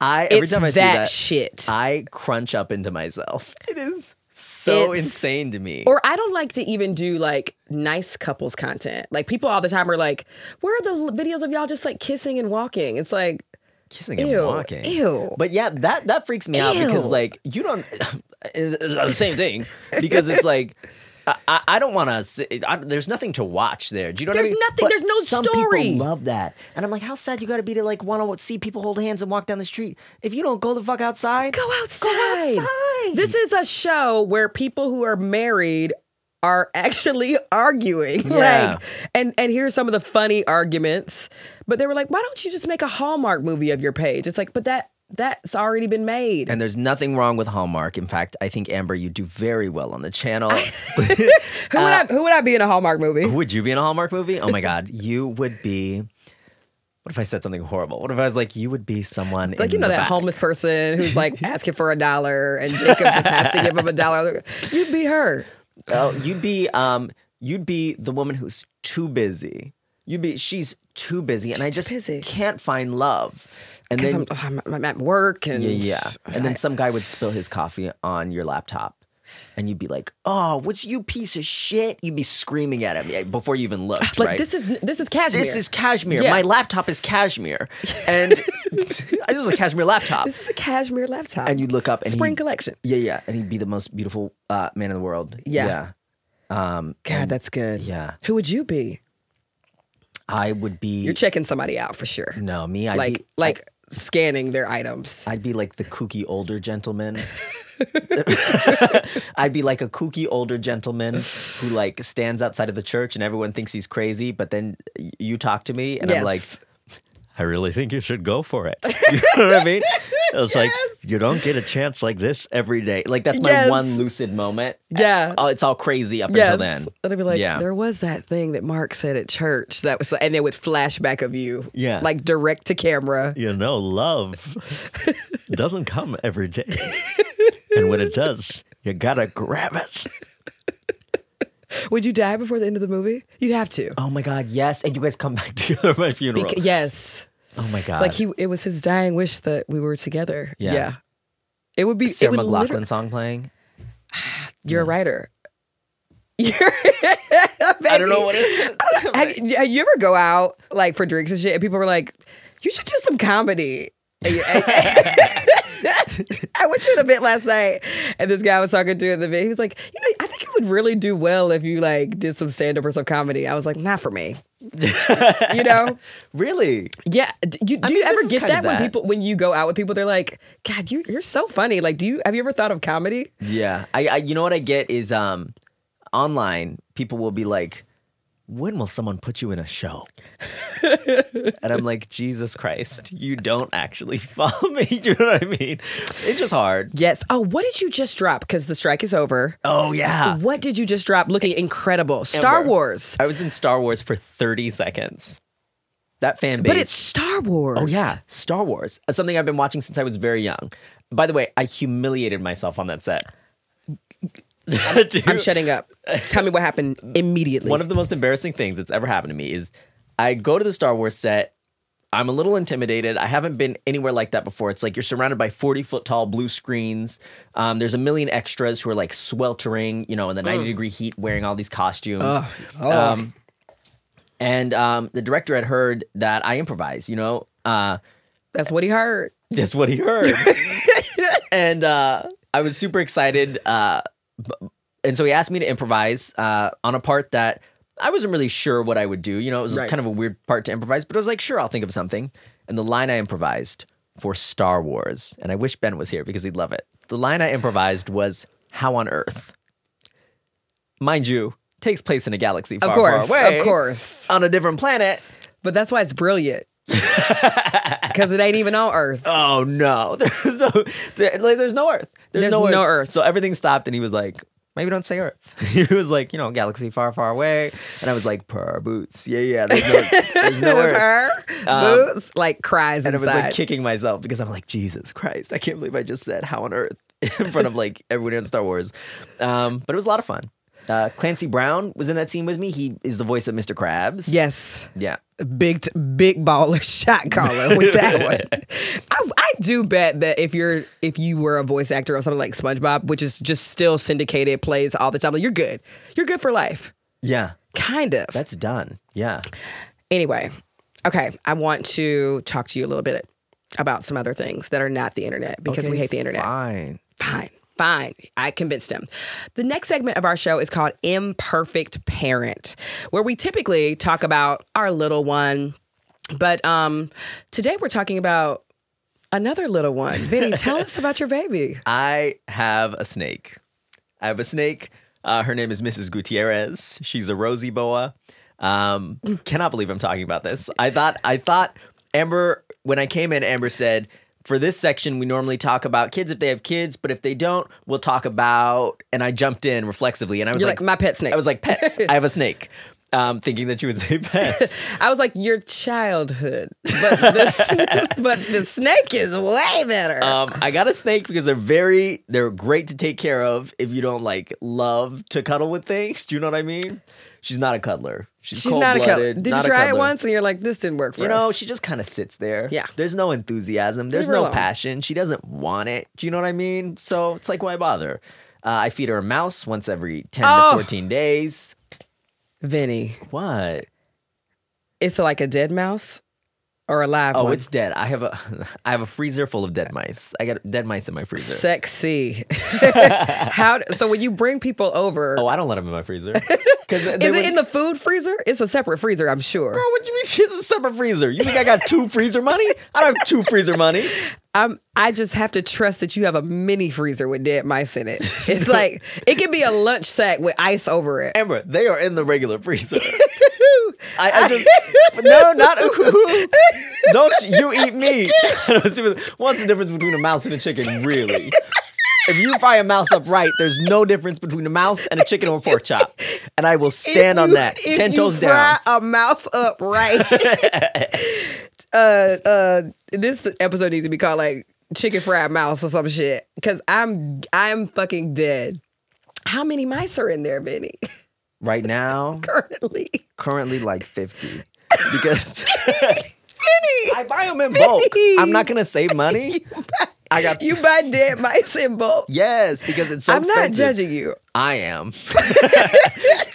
I every
it's
time I
that,
see that
shit.
I crunch up into myself. It is so
It's-
insane to me.
Or I don't like to even do like nice couples content. Like people all the time are like, "Where are the l- videos of y'all just like kissing and walking?" It's like,
kissing and
Ew,
walking.
ew.
But yeah, that that freaks me out because
Ew.
like you don't (laughs) the same thing because it's like. I- I, I don't want to. There's nothing to watch there. Do you know
There's
what I mean?
nothing-
But
there's no
some
story.
people love that, and I'm like, how sad you got to be to like want to see people hold hands and walk down the street. If you don't go the fuck outside,
"Go outside."
outside.
This is a show where people who are married are actually (laughs) arguing.
Yeah.
Like, and and here's some of the funny arguments. But they were like, "Why don't you just make a Hallmark movie of your page?" It's like, but that that's already been made.
And there's nothing wrong with Hallmark. In fact, I think Amber, you do very well on the channel.
who would I
uh,
who would I be in a Hallmark movie?
(laughs) Would you be in a Hallmark movie? Oh my God, you would be. What if I said something horrible? What if I was like, you would be someone
Like
in
you know
the
that
back.
homeless person who's
(laughs)
like asking for a dollar, and Jacob just has to give him a dollar. You'd be her.
Oh, you'd be um, you'd be the woman who's too busy. You'd be she's too busy, and I just
busy.
can't find love. And
Because
then
I'm, oh, I'm, I'm at work and
yeah, yeah, and then some guy would spill his coffee on your laptop. And you'd be like, "Oh, what's you piece of shit?" You'd be screaming at him yeah, before you even looked.
like
right?
this is this is cashmere.
This is cashmere.
Yeah.
My laptop is
(laughs)
cashmere, and (laughs) this is a cashmere laptop.
this is a cashmere laptop.
And you'd look up and
spring
he'd-
collection.
Yeah, yeah, and he'd be the most beautiful uh, man in the world.
Yeah. God, that's good.
yeah.
Who would you be?
I would be.
You're checking somebody out for sure.
no, me. I'd
like
be,
like scanning their items.
I'd be like the kooky
(laughs)
older gentleman. I'd be like a kooky older gentleman who like stands outside of the church and everyone thinks he's crazy, but then y- you talk to me and I'm
Yes.
like, I really think you should go
(laughs)
for it. (laughs) You know what I mean? It's like you don't get a chance like this every day. Like that's my
Yes.
one lucid moment.
Yeah.
Oh, it's all crazy up
Yes.
until then.
And I'd be like,
yeah.
there was that thing that Mark said at church that was, and they would flashback of you.
Yeah.
Like direct to camera.
you know, love doesn't come every day. and when it does, you gotta grab it.
Would you die before the end of the movie? You'd have to.
Oh my god, yes! And you guys come back (laughs) together.
At my funeral.
Bec- yes.
Oh my god,
like he, it was his dying wish that we were together.
Yeah.
It would be
Sarah
it would
McLaughlin
literally-
song playing.
You're a writer. (laughs) You're, (laughs)
I don't know what it is.
Have, you- have you ever go out like for drinks and shit, and people were like, "You should do some comedy." And (laughs) you- I went to an event last night, and this guy I was talking to in the event. He was like, "You know, I think you would really do well if you like did some stand up or some comedy." I was like, "Not for me." (laughs) you know?
(laughs) Really?
Yeah. Do you, do
I
you
mean, this
ever
is
get
kind
that
of
when
that.
people when you go out with people, they're like, "God, you you're so funny." Like, do you have you ever thought of comedy?
Yeah. I, I you know what I get is um online people will be like when will someone put you in
(laughs)
a show? and I'm like, Jesus Christ, you don't actually follow me. (laughs) you know what I mean? It's just hard.
Yes. Oh, what did you just drop? Because the strike is over.
Oh, yeah.
What did you just drop? Looking incredible. Star
Amber.
Wars.
(laughs) I was in Star Wars for 30 seconds. That fan base.
But it's Star Wars.
Oh yeah, Star Wars. It's something I've been watching since I was very young. By the way, I humiliated myself on that set. (laughs)
I'm shutting (laughs) up. Tell me what happened immediately.
One of the most embarrassing things that's ever happened to me is I go to the Star Wars set. I'm a little intimidated. I haven't been anywhere like that before. It's like you're surrounded by 40 foot tall blue screens. Um, there's a million extras who are like sweltering, you know, in the 90 degree heat, wearing all these costumes. Um, and um, the director had heard that I improvise, you know. Uh,
That's what he heard.
That's what
(laughs)
he heard. and uh, I was super excited. Uh, b- and so he asked me to improvise uh, on a part that I wasn't really sure what I would do. You know, it was
Right.
kind of a weird part to improvise, but I was like, sure, I'll think of something. And the line I improvised for Star Wars, and I wish Ben was here because he'd love it. The line I improvised was, How on Earth? Mind you, takes place in a galaxy far,
Of course.
far away.
Of course.
On a different planet.
But that's why it's (laughs) brilliant. Because it ain't even on Earth.
oh no, (laughs) there's no, there- like, there's no Earth. There's,
There's
no, Earth.
no Earth.
So everything stopped, and he was like, maybe don't say Earth. (laughs) he was like, you know, galaxy far, far away, and I was like, per boots, yeah, yeah. There's no,
(laughs)
there's no Earth.
Her boots like cries
And I
inside.
was like kicking myself because I'm like, Jesus Christ, I can't believe I just said how on earth (laughs) in front of like everyone in Star Wars. Um, but it was a lot of fun. Uh, Clancy Brown was in that scene with me. He is the voice of Mr. Krabs.
yes.
Yeah.
big t- big baller (laughs) shot caller with that one. I, I do bet that if you're if you were a voice actor on something like SpongeBob, which is just still syndicated plays all the time, like, you're good. You're good for life,
Yeah.
kind of.
That's done. Yeah.
anyway, okay. I want to talk to you a little bit about some other things that are not the internet because we
Okay,
hate the internet.
Fine.
Fine. Fine. I convinced him. The next segment of our show is called Imperfect Parent, where we typically talk about our little one. But um today we're talking about another little one.
(laughs)
Vinny, tell us about your baby.
I have a snake. I have a snake. Uh, her name is Mrs. Gutierrez. She's a rosy boa. Um, cannot believe I'm talking about this. I thought I thought Amber when I came in, Amber said, for this section we normally talk about kids if they have kids, but if they don't, we'll talk about and I jumped in reflexively and I was
You're like, "My pet snake."
I was like,
(laughs)
pets. I have a snake. Um, thinking that you would say pets.
I was like, your childhood. But
(laughs)
the, sn- but the snake is way better.
Um, I got a snake because they're very they're great to take care of if you don't like love to cuddle with things. Do you know what I mean? She's not a cuddler. She's,
She's not a cuddler.
cold-blooded,
Did
not
you try it
cuddler.
once and you're like, this didn't work for
You know,
us?
she just kind of sits there.
Yeah.
There's no enthusiasm. There's
her
no
alone.
passion. She doesn't want it. Do you know what I mean? So it's like, why bother? Uh, I feed her a mouse once every 10
Oh.
to 14 days.
Vinny,
What?
it's like a dead mouse or a live
Oh,
one?
it's dead. I have a (laughs) I have a freezer full of dead mice. I got dead mice in my freezer. (laughs)
sexy. (laughs) How? So when you bring people over,
oh, I don't let them in
(laughs)
my freezer. Is
is it in the food freezer? It's a separate freezer, I'm sure.
Bro, what you mean she's a separate freezer? You think I got two freezer money? I don't have two freezer money.
I'm. I just have to trust that you have a mini freezer with dead mice in it. It's like it could be a lunch sack with ice over it.
Amber, they are in the regular freezer. I, I just no, not don't you eat meat? (laughs) What's the difference between a mouse and a chicken, really? If you fry a mouse up right, there's no difference between a mouse and a chicken or a pork chop, and I will stand
If
on
you-
that,
if
ten
you
toes down.
fry A mouse up
(laughs)
right. (laughs) uh, uh, this episode needs to be called like chicken fried mouse or some shit because I'm I'm fucking dead. How many mice are in there, Vinny? (laughs)
Right now,
Currently, (laughs)
currently like fifty, because
Vinny.
I buy them in bulk. I'm not gonna save
(laughs)
money. I got
You buy dead mice in bulk.
Yes, because it's (laughs) so
I'm not
expensive.
judging you. (laughs)
I am.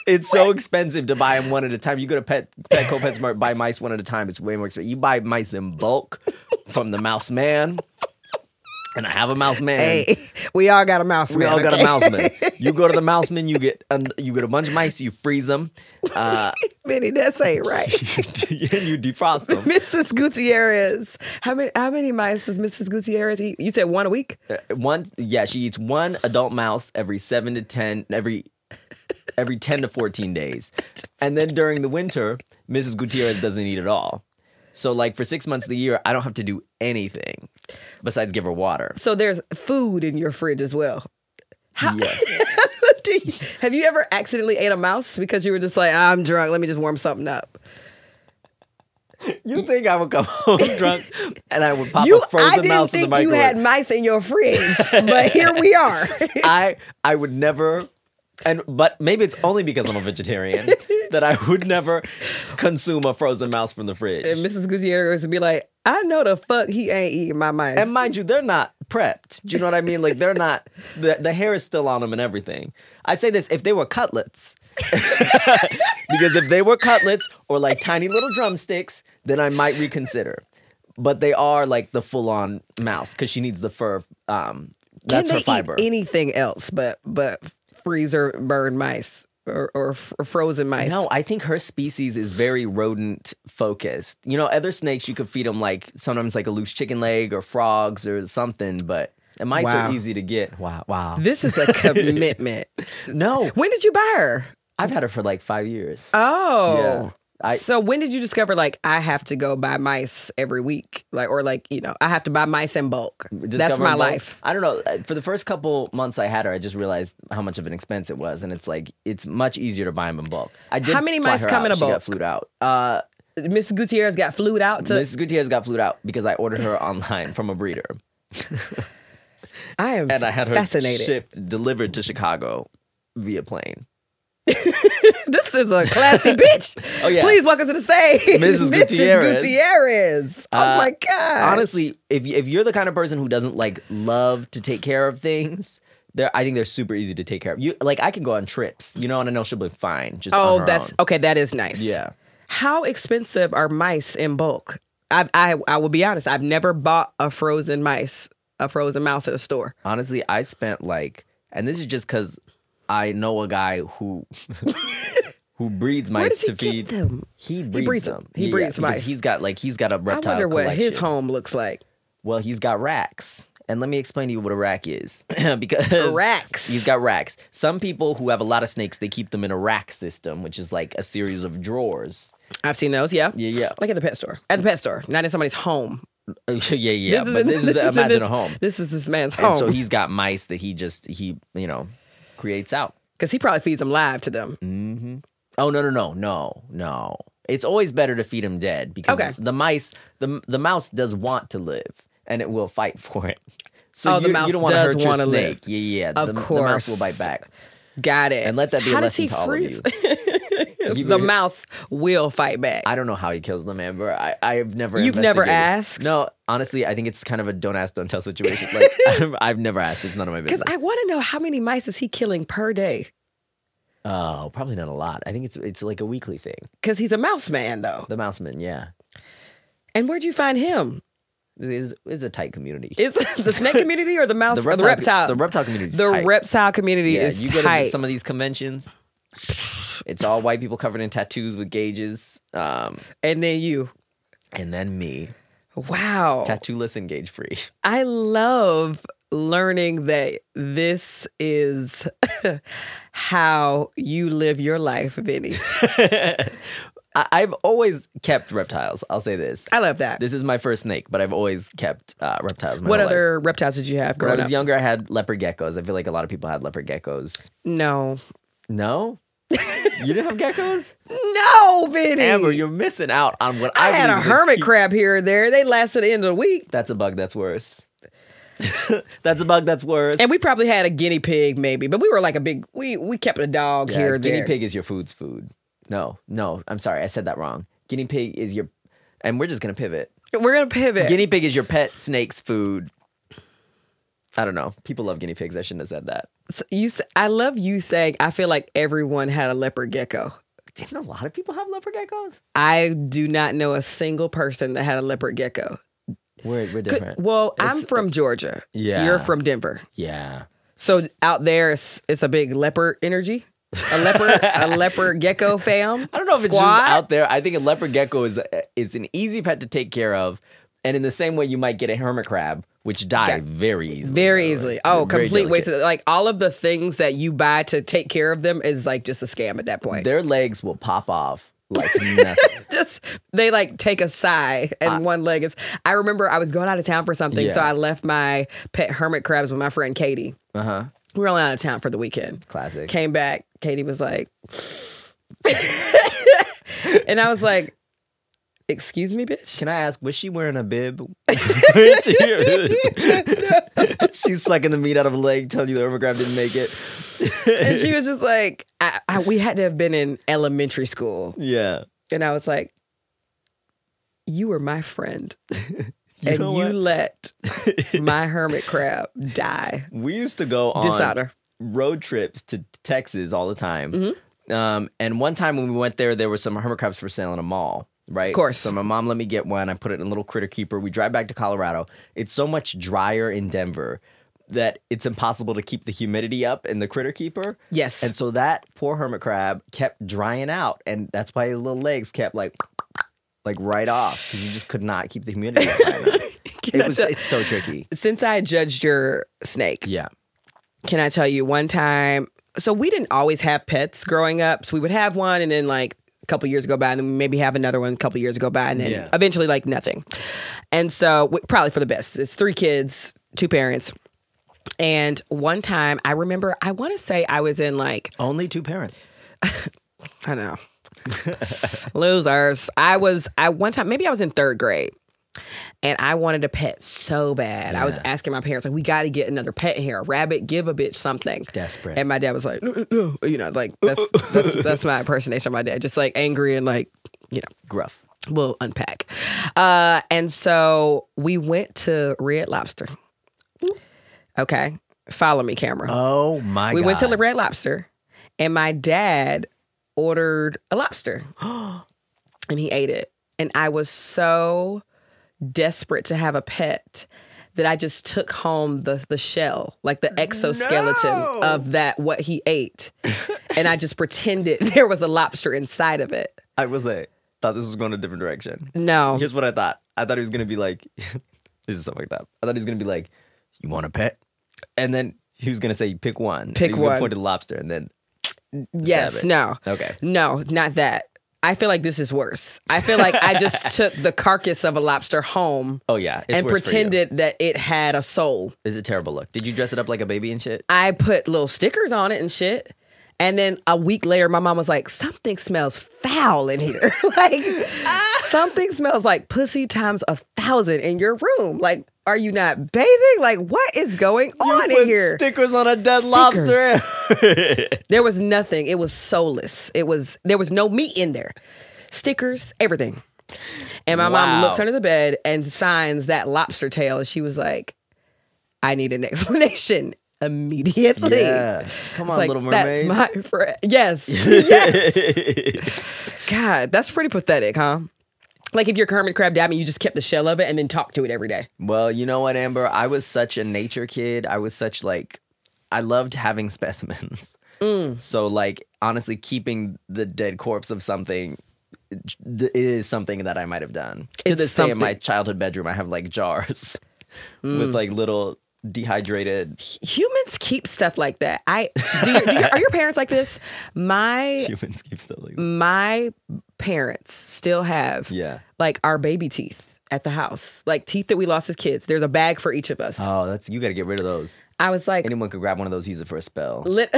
it's so expensive to buy them one at a time. You go to Pet Petco PetSmart, buy mice one at a time. It's way more expensive. You buy mice in bulk from the mouse man. And I have a mouse man.
Hey, (laughs) we all got a mouse.
We
man,
all got
okay?
a mouse man. You go to the mouse man, you get um, you get a bunch of mice, you freeze them, uh,
(laughs)
(laughs)
Vinny, that's ain't right. (laughs)
and you defrost them.
Mrs. Gutierrez, how many how many mice does Mrs. Gutierrez eat? You said one a week.
Uh, One, yeah, she eats one adult mouse every seven to ten, every every 10 to 14 days. And then during the winter, Mrs. Gutierrez doesn't eat at all. So like for 6 months of the year, I don't have to do anything besides give her water.
So there's food in your fridge as well.
Yes.
(laughs) Do you- have you ever accidentally ate a mouse because you were just like, I'm drunk, let me just warm something up?
You think I would come
(laughs)
home drunk and I would pop
You,
a
I
frozen
didn't
mouse in the
think you
microwave?
had mice in your
(laughs)
fridge, but here we are. (laughs)
I I would never and but maybe it's only because I'm a vegetarian that I would never consume a frozen mouse from the fridge.
and Mrs. Gutierrez would be like, I know the fuck he ain't eating my mice.
And mind you, they're not prepped. Do you know what I mean? Like they're not. The, the hair is still on them and everything. I say this if they were cutlets, (laughs) because if they were cutlets or like tiny little drumsticks, then I might reconsider. But they are like the full on mouse because she needs the fur. Um, that's
Can
her
they
fiber.
eat anything else but but freezer bird mice or, or f- frozen mice?
No, I think her species is very rodent focused. You know, other snakes you could feed them like sometimes like a loose chicken leg or frogs or something, but and mice
Wow.
are easy to get. Wow, wow.
This
(laughs)
is a commitment.
no,
when did you buy her?
I've had her for like five years.
Oh.
Yeah. I-
so when did you discover like I have to go buy mice every week? Like or like, you know, I have to buy mice in bulk. That's
Discover
my
Mo-
life.
I don't know. uh, For the first couple months I had her, I just realized how much of an expense it was, and it's like it's much easier to buy them in bulk. I did
How many
fly
mice
her
come
out.
in a
She got
bulk?
flued out. Uh,
Miss Gutierrez got flued out to
Miss Gutierrez got flued out because I ordered her (laughs) online from a breeder,
I am
and I had her
fascinated.
shipped delivered to Chicago via plane.
(laughs) This is a classy bitch.
(laughs) Oh, yeah.
Please welcome to the stage. (laughs)
Mrs. Gutierrez. Uh,
Gutierrez. Oh my God.
honestly, if you- if you're the kind of person who doesn't like love to take care of things, they're I think they're super easy to take care of. You like I can go on trips, you know, and I know she'll be fine. Just on
Oh,
her
that's
own.
okay. That is nice.
Yeah.
How expensive are mice in bulk? I I I will be honest. I've never bought a frozen mice, a frozen mouse at a store.
honestly, I spent like, and this is just because I know a
(laughs)
guy who who breeds mice
does he
to
get
feed
them?
He breeds,
breeds
them.
them. He breeds
because
mice.
He's got like he's got a reptile.
I wonder what his
collection.
home looks like.
Well, he's got racks. And let me explain to you what a rack is. (laughs) because
Racks.
He's got racks. Some people who have a lot of snakes, they keep them in a rack system, which is like a series of drawers. (laughs)
I've seen those. Yeah.
Yeah, yeah.
Like at the pet store. At the pet store, not in somebody's home.
yeah,
(laughs)
yeah.
This
but
in-
this is,
in
imagine
this-
a home.
This is this man's
And
home.
so he's got mice that he just he, you know, creates out.
because he probably feeds them live to them.
Oh no no no no no! It's always better to feed him dead because
Okay.
the mice the the mouse does want to live and it will fight for it. So
Oh, the
you,
mouse
you don't want to
does
hurt your
wanna live.
snake. Yeah yeah.
Of
the, the mouse will
course.
bite back.
Got it.
And let that be
How
a
does
lesson
he
to all
freeze?
of you.
(laughs)
You-
the mouse will fight back.
I don't know how he kills them, Amber. I, I've never.
You've never
investigated.
asked?
No, honestly, I think it's kind of a don't ask, don't tell situation.
(laughs)
Like I've, I've never asked. It's none of my
Because
business.
I want to know how many mice is he killing per day?
oh, probably not a lot. I think it's it's like a weekly thing.
Because he's a mouse man, though.
The mouseman, yeah,
And where'd you find him?
is is a tight community.
Is (laughs) it the
(laughs)
snake community or the mouse? or the reptile.
The reptile community.
The reptile community
Yeah,
is
you go
tight.
to some of these conventions. It's all white people covered in tattoos with gauges, um,
and then you.
and then me,
Wow.
tattooless and gauge free.
I love learning that this is (laughs) how you live your life, Vinny.
I- I've always kept reptiles. I'll say this.
I love that.
This is my first snake, but I've always kept uh, reptiles. (laughs) My
what
whole life.
other reptiles did you have
When I
growing
was
up?
younger, I had leopard geckos. I feel like a lot of people had leopard geckos.
No.
No, you didn't
(laughs)
have geckos,
No, Vinny.
Amber. You're missing out on what I,
I had a
believe is
hermit
key-
crab here or there. They last to the end of the week.
That's a bug. That's worse. (laughs) that's a bug. That's worse.
And we probably had a guinea pig, maybe, but we were like a big we we kept a dog
Yeah,
here. or
guinea
there.
pig is your food's food. No, no, I'm sorry, I said that wrong. Guinea pig is your, and we're just gonna pivot.
We're gonna pivot.
Guinea pig is your pet snake's food. I don't know. People love guinea pigs. I shouldn't have said that.
So you, s- I love you saying. I feel like everyone had a leopard gecko.
Didn't a lot of people have leopard geckos?
I do not know a single person that had a leopard gecko.
We're we're
Could-
different. uh,
Well, I'm from Georgia.
Yeah.
you're from Denver.
yeah.
So out there, it's it's a big leopard energy. A leopard,
(laughs)
a leopard gecko fam.
I don't know if it's
squad.
just out there. I think a leopard gecko is is an easy pet to take care of, and in the same way you might get a hermit crab, which die
Yeah.
very easily.
Very
by the way.
easily. Oh,
Very
complete waste
delicate.
of like all of the things that you buy to take care of them is like just a scam at that point.
Their legs will pop off (laughs) like nothing.
just they like take a sigh and one leg is I remember I was going out of town for something, so
Yeah.
I left my pet hermit crabs with my friend Katie.
Uh huh.
We were only out of town for the weekend.
Classic.
Came back, Katie was like (laughs) and I was like, Excuse me, bitch?
Can I ask, was she wearing
(laughs)
a bib? (laughs) She's (laughs) sucking the meat out of a leg, telling you the overgrab didn't make it.
And she was just like, I, I, we had to have been in elementary school.
Yeah.
And I was like, You were my
(laughs)
friend. and
know
you
what? (laughs)
let my hermit crab die.
We used to go on
Dishonor.
road trips to Texas all the time.
Mm-hmm.
Um, and one time when we went there, there were some hermit crabs for sale in a mall, right? Of
course.
So my mom let me get one. I put it in a little critter keeper. We drive back to Colorado. It's so much drier in Denver that it's impossible to keep the humidity up in the critter keeper.
Yes.
And so that poor hermit crab kept drying out, and that's why his little legs kept like, (clears throat) like right off because you just could not keep the humidity. up high
(laughs)
enough. it (laughs) was it's so tricky.
Since I judged your snake,
Yeah.
can I tell you one time? So we didn't always have pets growing up. So we would have one and then like a couple years go by and then maybe have another one a couple years go by and then
Yeah.
eventually like nothing. And so w- probably for the best. It's three kids, two parents. And one time I remember I want to say I was in like
Only two parents.
I know. Losers. I was I one time maybe I was in third grade and I wanted a pet so bad. I was asking my parents, like, we gotta get another pet here. A rabbit, give a bitch something.
Desperate.
And my dad was like, no, no, no," you know, like that's that's that's my impersonation of my dad. Just like angry and like, you know
Gruff.
we'll unpack. Uh, and so we went to Red Lobster. Okay, follow me, camera.
Oh my
we went to
God.
the Red Lobster, and my dad ordered a lobster, and he ate it. And I was so desperate to have a pet that I just took home the the shell, like the exoskeleton of that what he ate, and I just pretended (laughs) there was a lobster inside of it.
I will say, thought this was going a different direction.
No,
Here's what I thought. I thought he was gonna be like, (laughs) this is so fucked up. I thought he was gonna be like, you want a pet? And then he was gonna say, pick one. And
Pick
he was gonna
one.
Point to the lobster, and then
Yes,
Stab it.
no.
Okay.
No, not that. I feel like this is worse. I feel like I just took the carcass of a lobster home
oh yeah, it's
and
worse for you.
pretended that it had a soul.
This is a terrible look. Did you dress it up like a baby and shit?
I put little stickers on it and shit. And then a week later, my mom was like, something smells foul in here. (laughs) like,
(laughs)
something smells like pussy times a thousand in your room. Like, are you not bathing? Like, what is going on in here?
stickers on a dead
Stickers.
(laughs) lobster.
There was nothing. It was soulless. It was there was no meat in there. Stickers, everything. And my mom
Wow.
looks under the bed and finds that lobster tail and she was like, I need an (laughs) explanation immediately.
Yeah. Come
It's
on,
like,
Little
That's
Mermaid."
my friend.
(laughs)
Yes. yes. God, that's pretty pathetic, huh? Like if your Kermit crab died and you just kept the shell of it and then talked to it every day.
Well, you know what, Amber? I was such a nature kid. I was such like, I loved having (laughs) specimens. So, like, honestly, keeping the dead corpse of something th- is something that I might have done. to
It's
this day in my
something-
childhood bedroom, I have like jars (laughs) with like little dehydrated.
Humans keep stuff like that. I do, your, do your, are your parents like this? My
Humans keep stuff like that.
my parents still have
Yeah.
like our baby teeth at the house like teeth that we lost as kids there's a bag for each of us
Oh, that's you got to get rid of those.
i was like
Anyone could grab one of those, use it for a spell.
(laughs) lit-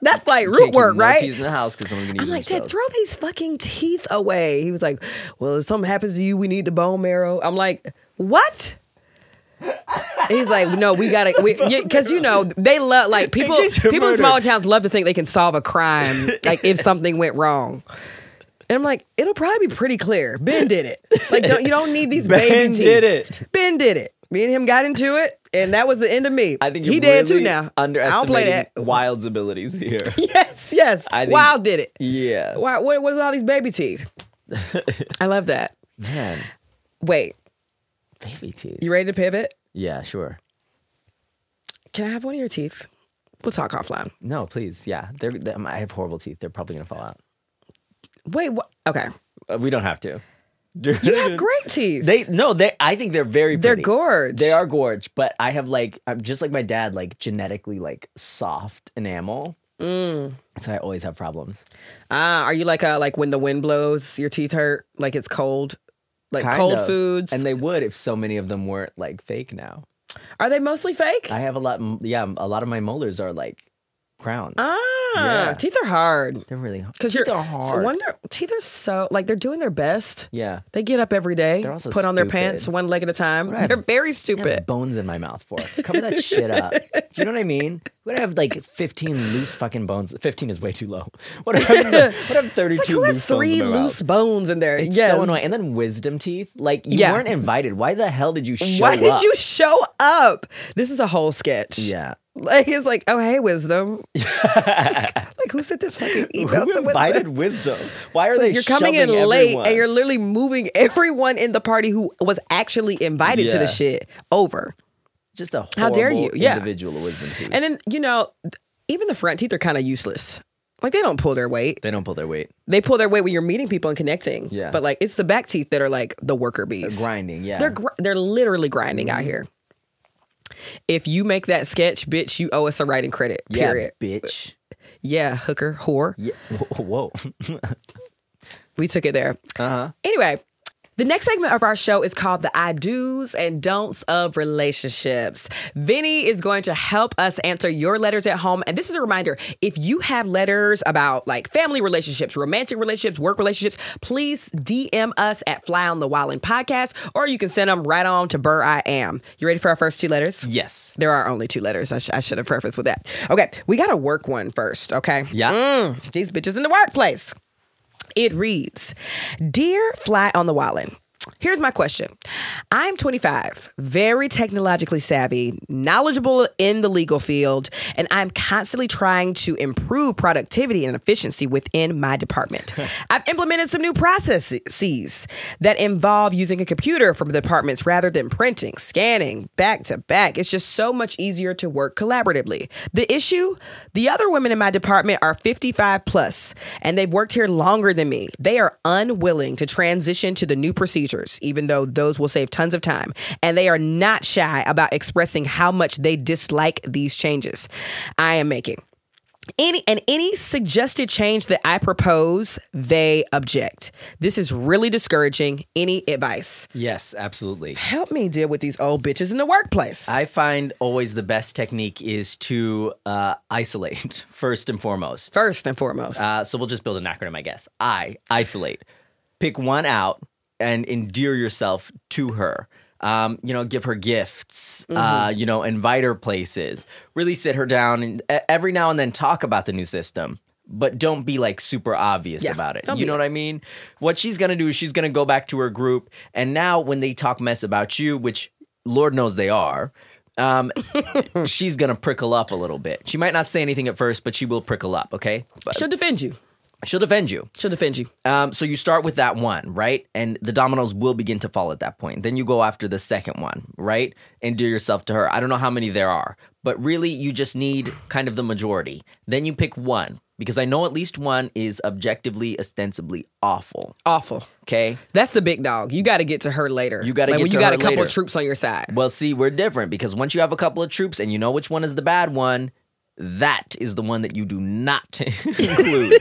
that's like
Can't
root
keep
work
no
right
teeth in the house because someone's gonna
i'm
use
like
them
dad
for spells.
throw these fucking teeth away he was like well if something happens to you we need the bone marrow i'm like what He's like, no, we
(laughs)
gotta, because you know they love like people.
get you
People in
murdered.
smaller towns love to think they can solve a
(laughs)
crime, like if something went wrong. And I'm like, it'll probably be pretty clear. Ben did it. Like, don't you don't need these baby
(laughs) Ben
teeth.
did it.
Ben did it. Me and him got into it, and that was the end of me.
I think
he
you're
did too.
really
Now I don't
Underestimating
play that.
Wild's abilities here.
(laughs) Yes, yes.
I think-
Wild did it.
yeah.
Why? What was all these baby
(laughs)
teeth? I love that.
Man,
Wait,
baby teeth.
you ready to pivot?
Yeah, sure.
Can I have one of your teeth? We'll talk offline.
No, please. Yeah, they're, they- I have horrible teeth. They're probably gonna fall out.
Wait, what? Okay.
Uh, we don't have to. (laughs)
You have great teeth.
They no, they. I think they're very.
They're
pretty.
gorge.
They are gorge, but I have like I'm just like my dad, like genetically like soft enamel.
Mm.
So I always have problems.
Ah, are you like a like when the wind blows, your teeth hurt, like it's cold, like
Kind
cold
of.
foods?
and they would if so many of them weren't like fake now.
are they mostly fake?
I have a lot. Yeah, a lot of my molars are like crowns.
ah,
Yeah.
teeth are hard
They're really hard.
because
Teeth
you're.
are hard.
So wonder teeth are so like they're doing their best.
yeah,
They get up every day,
They're
put
also
on their
stupid.
pants one leg at a time.
Right.
They're very
I have
stupid.
bones in my mouth for cover that shit up. Do you know what I mean? What if I have like 15 loose fucking bones? 15 is way too low. (laughs) What if I have, what if I have 32
It's like who has
loose bones in
three
my mouth?
loose bones in there?
It's
Yes.
so annoying. And then wisdom teeth. Like you
Yeah.
weren't invited. Why the hell did you show
(laughs) Why
up?
did you show up? This is a whole sketch.
Yeah.
Like it's like, oh hey,
(laughs)
wisdom. like who sent this fucking email
Who
to
invited
wisdom? (laughs)
wisdom? Why are
So
they?
you're coming in
shoving
late
everyone?
and you're literally moving (laughs) everyone in the party who was actually invited to
Yeah.
the shit over.
just a horrible
How dare you? Yeah.
individual wisdom teeth.
And then, you know, even the front teeth are kind of useless. Like they don't pull their weight.
they don't pull their weight.
They pull their weight when you're meeting people and connecting.
Yeah.
But like it's the back teeth that are like the worker bees.
Grinding. Yeah.
They're gr- they're literally grinding out here. If you make that sketch, bitch, you owe us a writing credit.
yeah,
Period.
bitch.
Yeah, hooker, whore.
Yeah. (laughs) Whoa.
We took it there.
Uh huh.
Anyway, the next segment of our show is called the I do's and don'ts of relationships. Vinny is going to help us answer your letters at home. And this is a reminder if you have letters about like family relationships, romantic relationships, work relationships, please DM us at Fly on the Wild and Podcast, or you can send them right on to Burr I Am. You ready for our first two letters?
Yes.
There are only two letters. I, sh- I should have prefaced with that. Okay, we got to work one first, okay?
Yeah.
Mm, these bitches in the workplace. It reads Dear Fly on the Wallin, here's my question. I'm 25, very technologically savvy, knowledgeable in the legal field, and I'm constantly trying to improve productivity and efficiency within my department. I've implemented some new processes that involve using a computer from the departments rather than printing, scanning, back to back. It's just so much easier to work collaboratively. The issue the other women in my department are 55 plus, and they've worked here longer than me. They are unwilling to transition to the new procedures, even though those will save tons of time. And they are not shy about expressing how much they dislike these changes I am making any and any suggested change that I propose, they object. This is really discouraging. Any advice?
Yes. Absolutely.
Help me deal with these old bitches in the workplace.
I find always the best technique is to uh, isolate (laughs) first and foremost.
First and foremost.
Uh, so we'll just build an acronym, I guess. I isolate, pick one out, and endear yourself to her. Um, you know, give her gifts. Uh,
Mm-hmm.
you know, invite her places. Really sit her down, and e- every now and then talk about the new system. But don't be like super obvious
Yeah,
about it.
don't
you
be-
know what I mean? What she's gonna do is she's gonna go back to her group, and now when they talk mess about you, which Lord knows they are, um,
(laughs)
she's gonna prickle up a little bit. She might not say anything at first, but she will prickle up. Okay, But-
She'll defend you.
she'll defend you.
She'll defend you.
Um, so you start with that one, right? And the dominoes will begin to fall at that point. Then you go after the second one, right? Endear yourself to her. I don't know how many there are, but really you just need kind of the majority. Then you pick one because I know at least one is objectively, ostensibly awful.
Awful.
Okay.
That's the big dog. You got to get to her later.
You gotta
like,
get
when
to
you got
her
a couple
later.
troops on your side.
Well, see, we're different because once you have a couple of troops and you know which one is the bad one, that is the one that you do not (laughs) include.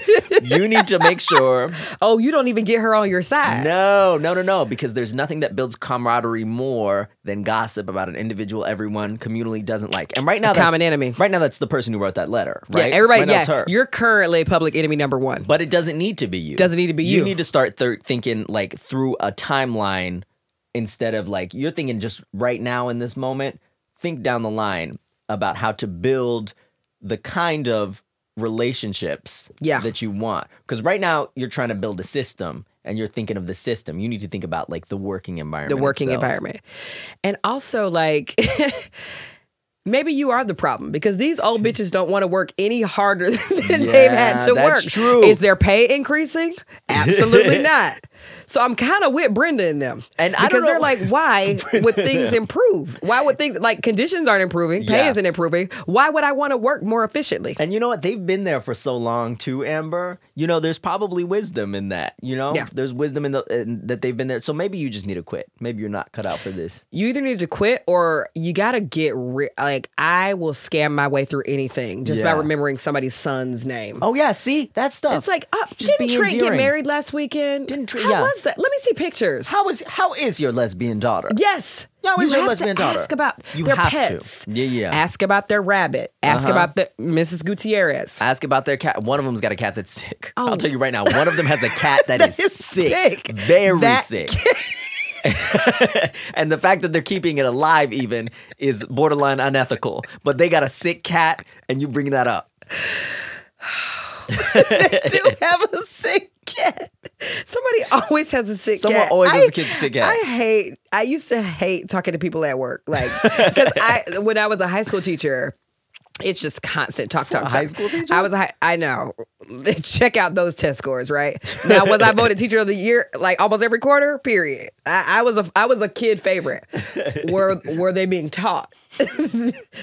you need to make sure
oh, you don't even get her on your side.
No, no, no, no, because there's nothing that builds camaraderie more than gossip about an individual everyone communally doesn't like. And right now,
A
that's,
common enemy.
Right now, that's the person who wrote that letter. Right?
Yeah, everybody.
Right now
yeah,
it's her.
you're currently public enemy number one.
but it doesn't need to be you.
Doesn't need to be you.
You need to start thir- thinking like through a timeline instead of like you're thinking just right now in this moment. Think down the line about how to build the kind of relationships
Yeah.
that you want. Because right now you're trying to build a system and you're thinking of the system. You need to think about like the working environment.
the working
itself.
environment. And also, like, (laughs) maybe you are the problem because these
(laughs)
old bitches don't want to work any harder (laughs) than they've had
Yeah,
to work.
that's true. (laughs)
Is their pay increasing? Absolutely not. So I'm kind of with Brenda in them,
And I
because
don't know-
they're like,
(laughs)
why would things improve? Why would things like conditions aren't improving, pay
Yeah.
isn't improving? Why would I want to work more efficiently?
And you know what? They've been there for so long too, Amber. You know, there's probably wisdom in that. You know,
Yeah.
there's wisdom in, the, in that they've been there. So maybe you just need to quit. Maybe you're not cut out for this.
you either need to quit or you gotta get ri- like I will scam my way through anything just by
Yeah.
remembering somebody's son's name.
Oh yeah, see that stuff.
It's like, oh,
Just
didn't
be
Trent get
endearing.
married last weekend?
Didn't Trent-
How
yeah.
was that? Let me see pictures.
How is how is your lesbian daughter?
Yes.
Yeah,
you
with your
have
lesbian
to
daughter.
ask about
You
their
have to.
pets.
Yeah, yeah. Uh-huh.
Ask about their rabbit. Ask about the Mrs. Gutierrez.
Ask about their cat. One of them's got a cat that's sick.
Oh.
I'll tell you right now. One of them has a
(laughs)
cat that is,
is
sick,
sick.
very
That
sick. (laughs)
(laughs)
and the fact that they're keeping it alive even is borderline unethical. But they got a sick cat, and you bring that up.
(laughs) do have a sick cat. Somebody always has a sick
Someone
cat.
always
I,
has a kid sick cat.
I hate. I used to hate talking to people at work, like because
(laughs)
I when I was a high school teacher. It's just constant talk, talk, talk.
high school teacher?
I was a high, I know. (laughs) Check out those test scores, right? Now, was
(laughs)
I voted teacher of the year like almost every quarter? Period. I, I was a I was a kid
(laughs)
favorite. Were were they being taught?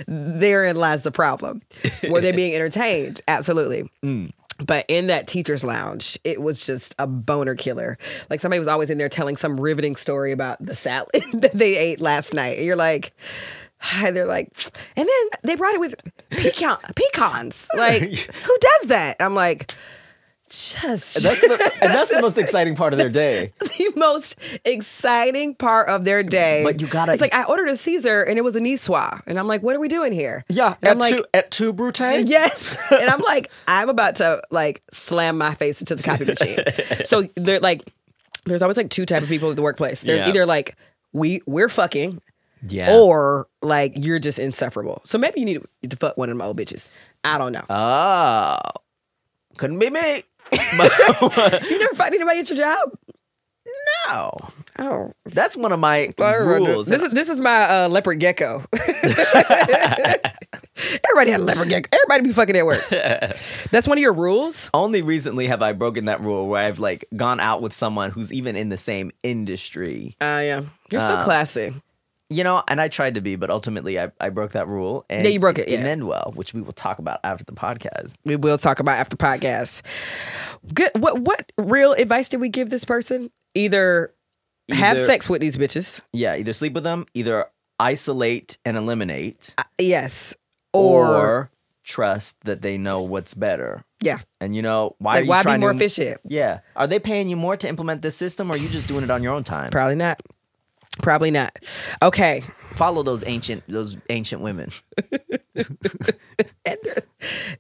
Therein lies the problem. Were
(laughs)
they being entertained? Absolutely.
Mm.
But in that teacher's lounge, it was just a boner killer. Like somebody was always in there telling some riveting story about the salad (laughs) that they ate last night. And you're like, (sighs) and they're like, (sniffs) and then they brought it with pecan,
(laughs)
pecans. Like, who does that? I'm like, just
That's the, and that's the most exciting part of their day.
(laughs) the most exciting part of their day.
But you gotta-
It's like I ordered a Caesar and it was a Niswa, and I'm like, what are we doing here? and
at
I'm like,
two at two brute. (laughs)
Yes. And I'm like, I'm about to like slam my face into the copy
(laughs)
machine. so they're like, there's always like two type of people at the workplace. They're
Yeah.
either like, we we're fucking,
Yeah.
or like you're just insufferable. So maybe you need to fuck one of my old bitches. I don't know.
Oh, couldn't be me. (laughs)
you never fucked anybody at your job?
No,
Oh,
that's one of my rules.
This is this is my uh, leopard
(laughs)
gecko. Everybody had a leopard gecko. Everybody be fucking at work.
(laughs)
That's one of your rules.
only recently have I broken that rule where I've like gone out with someone who's even in the same industry.
Uh, yeah, you're so classy.
You know, and I tried to be, but ultimately I, I broke that rule. And
Yeah, you broke it,
Didn't
yeah.
end well, which we will talk about after the podcast.
we will talk about after podcast. Good. What what real advice did we give this person? Either, have
Either-
sex with these bitches,
Yeah, either sleep with them, either isolate and eliminate,
yes, Uh, or,
or trust that they know what's better.
yeah.
And you know why? are
Like
you
why be
trying
more
to,
efficient?
Yeah, are they paying you more to implement this system, or are you just doing it on your own time?
Probably not. Probably not. Okay.
Follow those ancient those ancient women.
And there-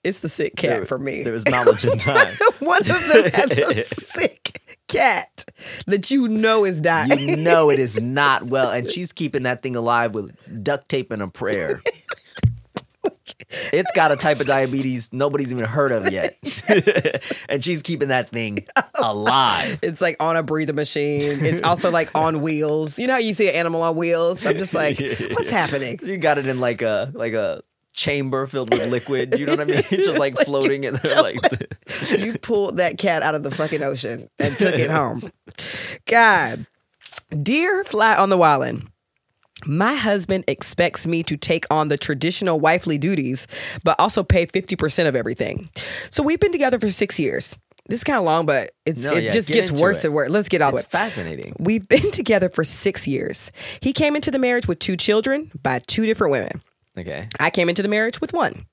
it's the sick cat for me.
There is knowledge in time.
(laughs) One of them has
(laughs)
a sick cat that you know is dying.
You know it is not well, and she's keeping that thing alive with duct tape and
(laughs)
a prayer. It's got a type of diabetes nobody's even heard of
(laughs)
yet, and she's keeping that thing
Oh,
alive.
(laughs) It's like on a breather machine. It's also like on wheels. You know how you see an animal on wheels? I'm just
(laughs)
like, what's happening?
You got it in like a like a chamber filled with liquid. You know what I mean? (laughs)
(laughs)
Just like floating in there, like
you pulled that cat out of the fucking ocean and took it home. God. Dear Fly on the Wallin, my husband expects me to take on the traditional wifely duties, but also pay 50% of everything. So we've been together for six years. This is kind of long, but it's
No,
it
yeah,
just
get
gets
into
worse
it.
and worse. Let's get all the
it's
way.
fascinating.
We've been (laughs) together for six years. He came into the marriage with two children by two different women.
Okay.
I came into the marriage with one.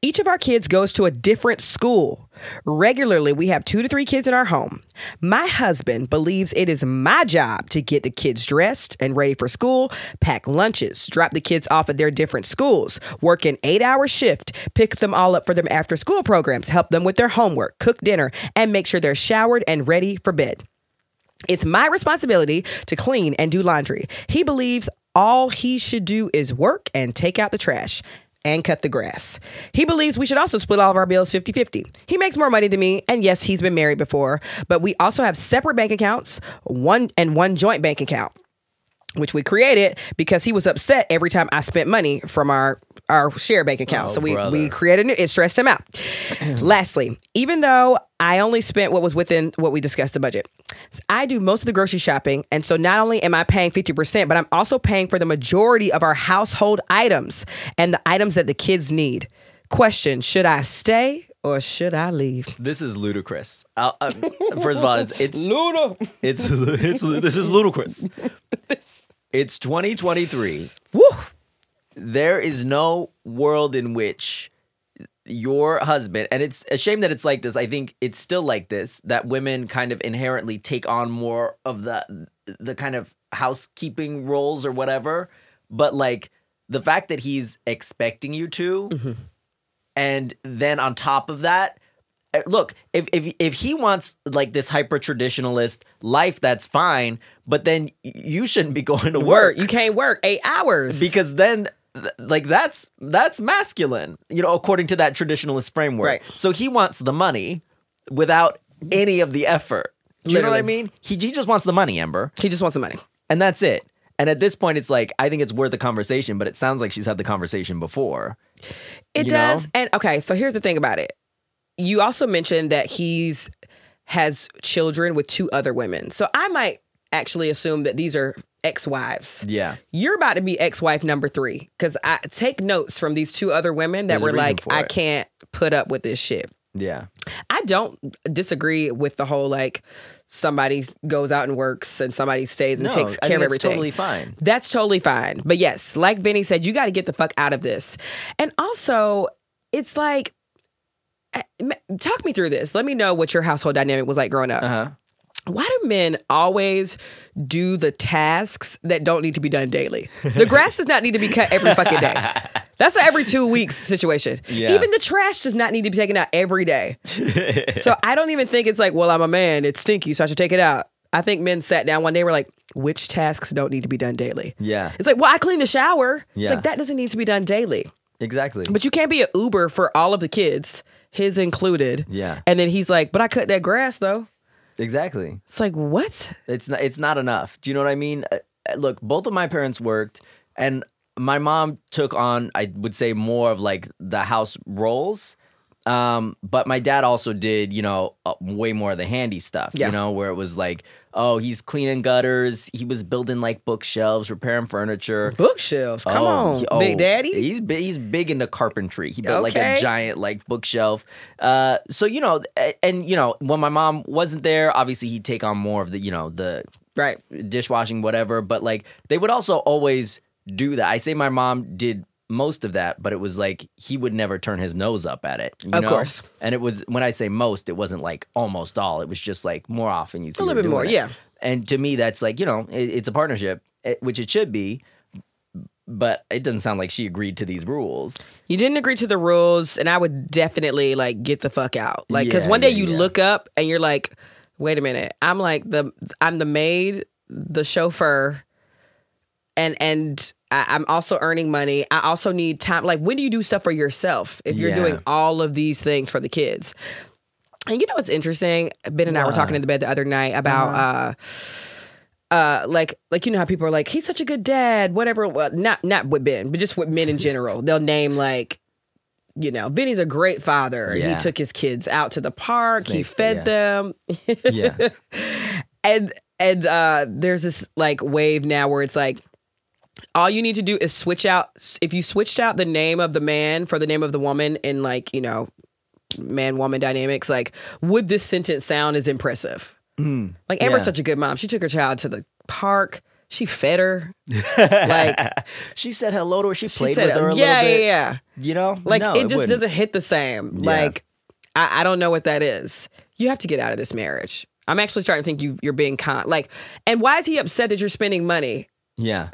Each of our kids goes to a different school. Regularly, we have two to three kids in our home. My husband believes it is my job to get the kids dressed and ready for school, pack lunches, drop the kids off at their different schools, work an eight hour shift, pick them all up for their after school programs, help them with their homework, cook dinner, and make sure they're showered and ready for bed. It's my responsibility to clean and do laundry. He believes all he should do is work and take out the trash and cut the grass. He believes we should also split all of our bills 50 50. He makes more money than me, and yes, he's been married before, but we also have separate bank accounts, one and one joint bank account which we created because he was upset every time I spent money from our our share bank account. so we, we
Oh, brother.
created a new, it stressed him out. (clears throat) Lastly, even though I only spent what was within what we discussed the budget, I do most of the grocery shopping. And so not only am I paying 50%, but I'm also paying for the majority of our household items and the items that the kids need. Question Should I stay or should I leave?
This is ludicrous. I'll, uh, first of all, it's it's
Luna.
it's, it's this is ludicrous. It's 2023.
Woo.
there is no world in which your husband and it's a shame that it's like this i think it's still like this that women kind of inherently take on more of the the kind of housekeeping roles or whatever but like the fact that he's expecting you to and then on top of that uh, look if if if he wants like this hyper traditionalist life that's fine but then y- you shouldn't be (laughs) going to work
Work. You can't work eight hours.
because then th- like that's that's masculine you know according to that traditionalist framework
Right.
so he wants the money without any of the effort Do you know what i
Literally.
mean he, he just wants the money ember
he just wants the money.
and that's it and at this point it's like i think it's worth the conversation but it sounds like she's had the conversation before
It
you know?
does. And okay, so here's the thing about it. You also mentioned that he's has children with two other women. So I might actually assume that these are ex-wives.
yeah
You're about to be ex-wife number 3 cuz I take notes from these two other women that
There's a
were
reason
like
for
I
it."
can't put up with this shit.
yeah
I don't disagree with the whole like somebody goes out and works and somebody stays and
No,
takes
I
care
think
of
that's
everything.
totally fine.
That's totally fine. But yes, like Vinny said, you got to get the fuck out of this. And also, it's like, eh, m- talk me through this. Let me know what your household dynamic was like growing up.
uh-huh
Why do men always do the tasks that don't need to be done daily? The grass does not need to be cut every fucking
(laughs)
day. That's an every two weeks situation.
Yeah.
Even the trash does not need to be taken out every
(laughs)
day. so I don't even think it's like, well, I'm a man, it's stinky, so I should take it out. I think men sat down one day and were like, which tasks don't need to be done daily?
Yeah.
It's like, well, I clean the shower. It's
Yeah.
like, that doesn't need to be done daily.
exactly
But you can't be an Uber for all of the kids, his included.
Yeah.
And then he's like, but I cut that grass though.
exactly
It's like, what?
It's not, it's not enough. Do you know what I mean? Uh, uh, Look, both of my parents worked, and my mom took on, I would say, more of like the house roles. Um, but my dad also did, you know, uh, way more of the handy stuff,
Yeah.
you know, where it was like, oh, he's cleaning gutters. He was building like bookshelves, repairing furniture.
Bookshelves. Come
Oh,
on,
he- oh,
Big Daddy.
He's big, he's big into carpentry. He built like
Okay.
a giant like bookshelf. Uh, so you know, a- and you know, when my mom wasn't there, obviously he'd take on more of the you know the
Right.
dishwashing, whatever. But like they would also always do that. I say my mom did most of that, but it was like he would never turn his nose up at it. you
Of
know?
course.
And it was when I say most, it wasn't like almost all. It was just like more often you see
A little
her
bit more,
doing it.
yeah.
And to me, that's like you know, it, it's a partnership, eh, which it should be. But it doesn't sound like she agreed to these rules.
You didn't agree to the rules, and I would definitely like get the fuck out. Like, because
Yeah,
one day
yeah,
you
yeah.
look up and you're like, wait a minute, I'm like the I'm the maid, the chauffeur, and and I, I'm also earning money. I also need time. Like, when do you do stuff for yourself if you're
Yeah.
doing all of these things for the kids? And you know what's interesting? Ben and I were talking in the bed the other night about
Uh-huh.
uh uh like like you know how people are like he's such a good dad whatever well, not not with Ben but just with men in general they'll name like you know Vinny's a great father he
Yeah.
took his kids out to the park he
Snakes,
fed
yeah.
them
Yeah,
and and uh there's this like wave now where it's like all you need to do is switch out if you switched out the name of the man for the name of the woman in like you know man woman dynamics like would this sentence sound as impressive like amber's
Hmm. yeah.
such a good mom she took her child to the park she fed her
(laughs)
like
(laughs) she said hello to her. She
she
played
said
with her a
yeah
little
yeah
bit.
yeah
You know,
like
No,
it just
wouldn't.
doesn't hit the same like I, I don't know what that is you have to get out of this marriage i'm actually starting to think you, you're being con like and why is he upset that you're spending money
Yeah,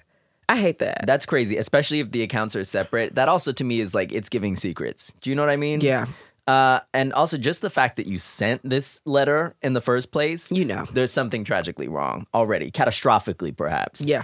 i hate that
That's crazy, especially if the accounts are separate. That also to me is like it's giving secrets. Do you know what I mean?
Yeah.
Uh, and also just the fact that you sent this letter in the first place.
You know.
There's something tragically wrong already, catastrophically perhaps.
yeah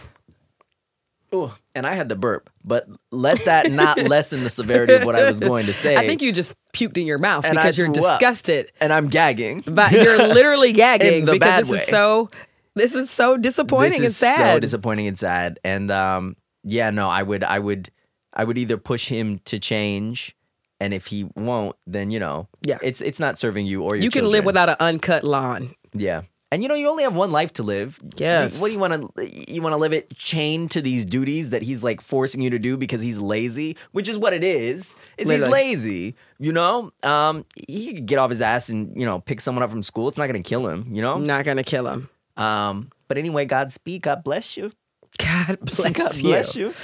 Ooh, and I had to burp, but let that not (laughs) lessen the severity of what I was going to say.
i think you just puked in your mouth
And I
because you're
threw up. (laughs)
disgusted
And I'm gagging.
but you're literally gagging
In the
because
bad
this
way.
is so this is so disappointing
this is
and sad
So disappointing and sad. And um, yeah, no, I would, I would, I would either push him to change, and if he won't, then you know,
Yeah.
it's it's not serving you or your.
You can live
children.
without an uncut lawn.
Yeah. And you know you only have one life to live.
Yes.
What do you want to you want to live it chained to these duties that he's like forcing you to do because he's lazy, which is what it is. Is he's
Literally.
lazy, you know? Um he could get off his ass and, you know, pick someone up from school. It's not going to kill him, you know?
I'm not gonna kill him.
Um but anyway, Godspeed. God bless you.
God bless,
God bless
you.
you.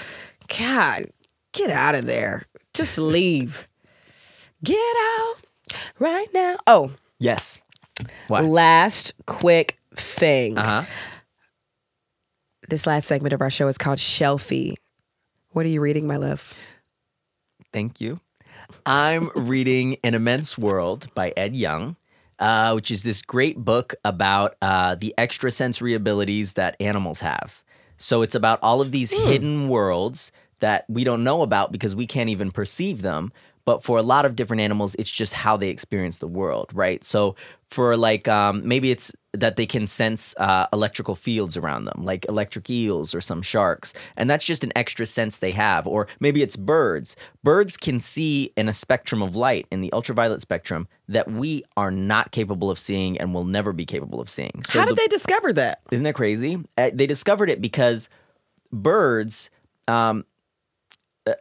God, get out of there. Just leave. get out right now. Oh,
Yes. What?
last quick thing.
Uh-huh.
This last segment of our show is called Shelfie. What are you reading, my love?
Thank you. I'm reading An Immense World by Ed Young, uh, which is this great book about uh, the extrasensory abilities that animals have. So it's about all of these hidden worlds that we don't know about because we can't even perceive them. But for a lot of different animals, it's just how they experience the world, right? So for like um, maybe it's that they can sense uh, electrical fields around them, like electric eels or some sharks. And that's just an extra sense they have. Or maybe it's birds. Birds can see in a spectrum of light, in the ultraviolet spectrum, that we are not capable of seeing and will never be capable of seeing. So
How did
the-
they discover that?
Isn't that crazy? Uh, they discovered it because birds. Um, uh,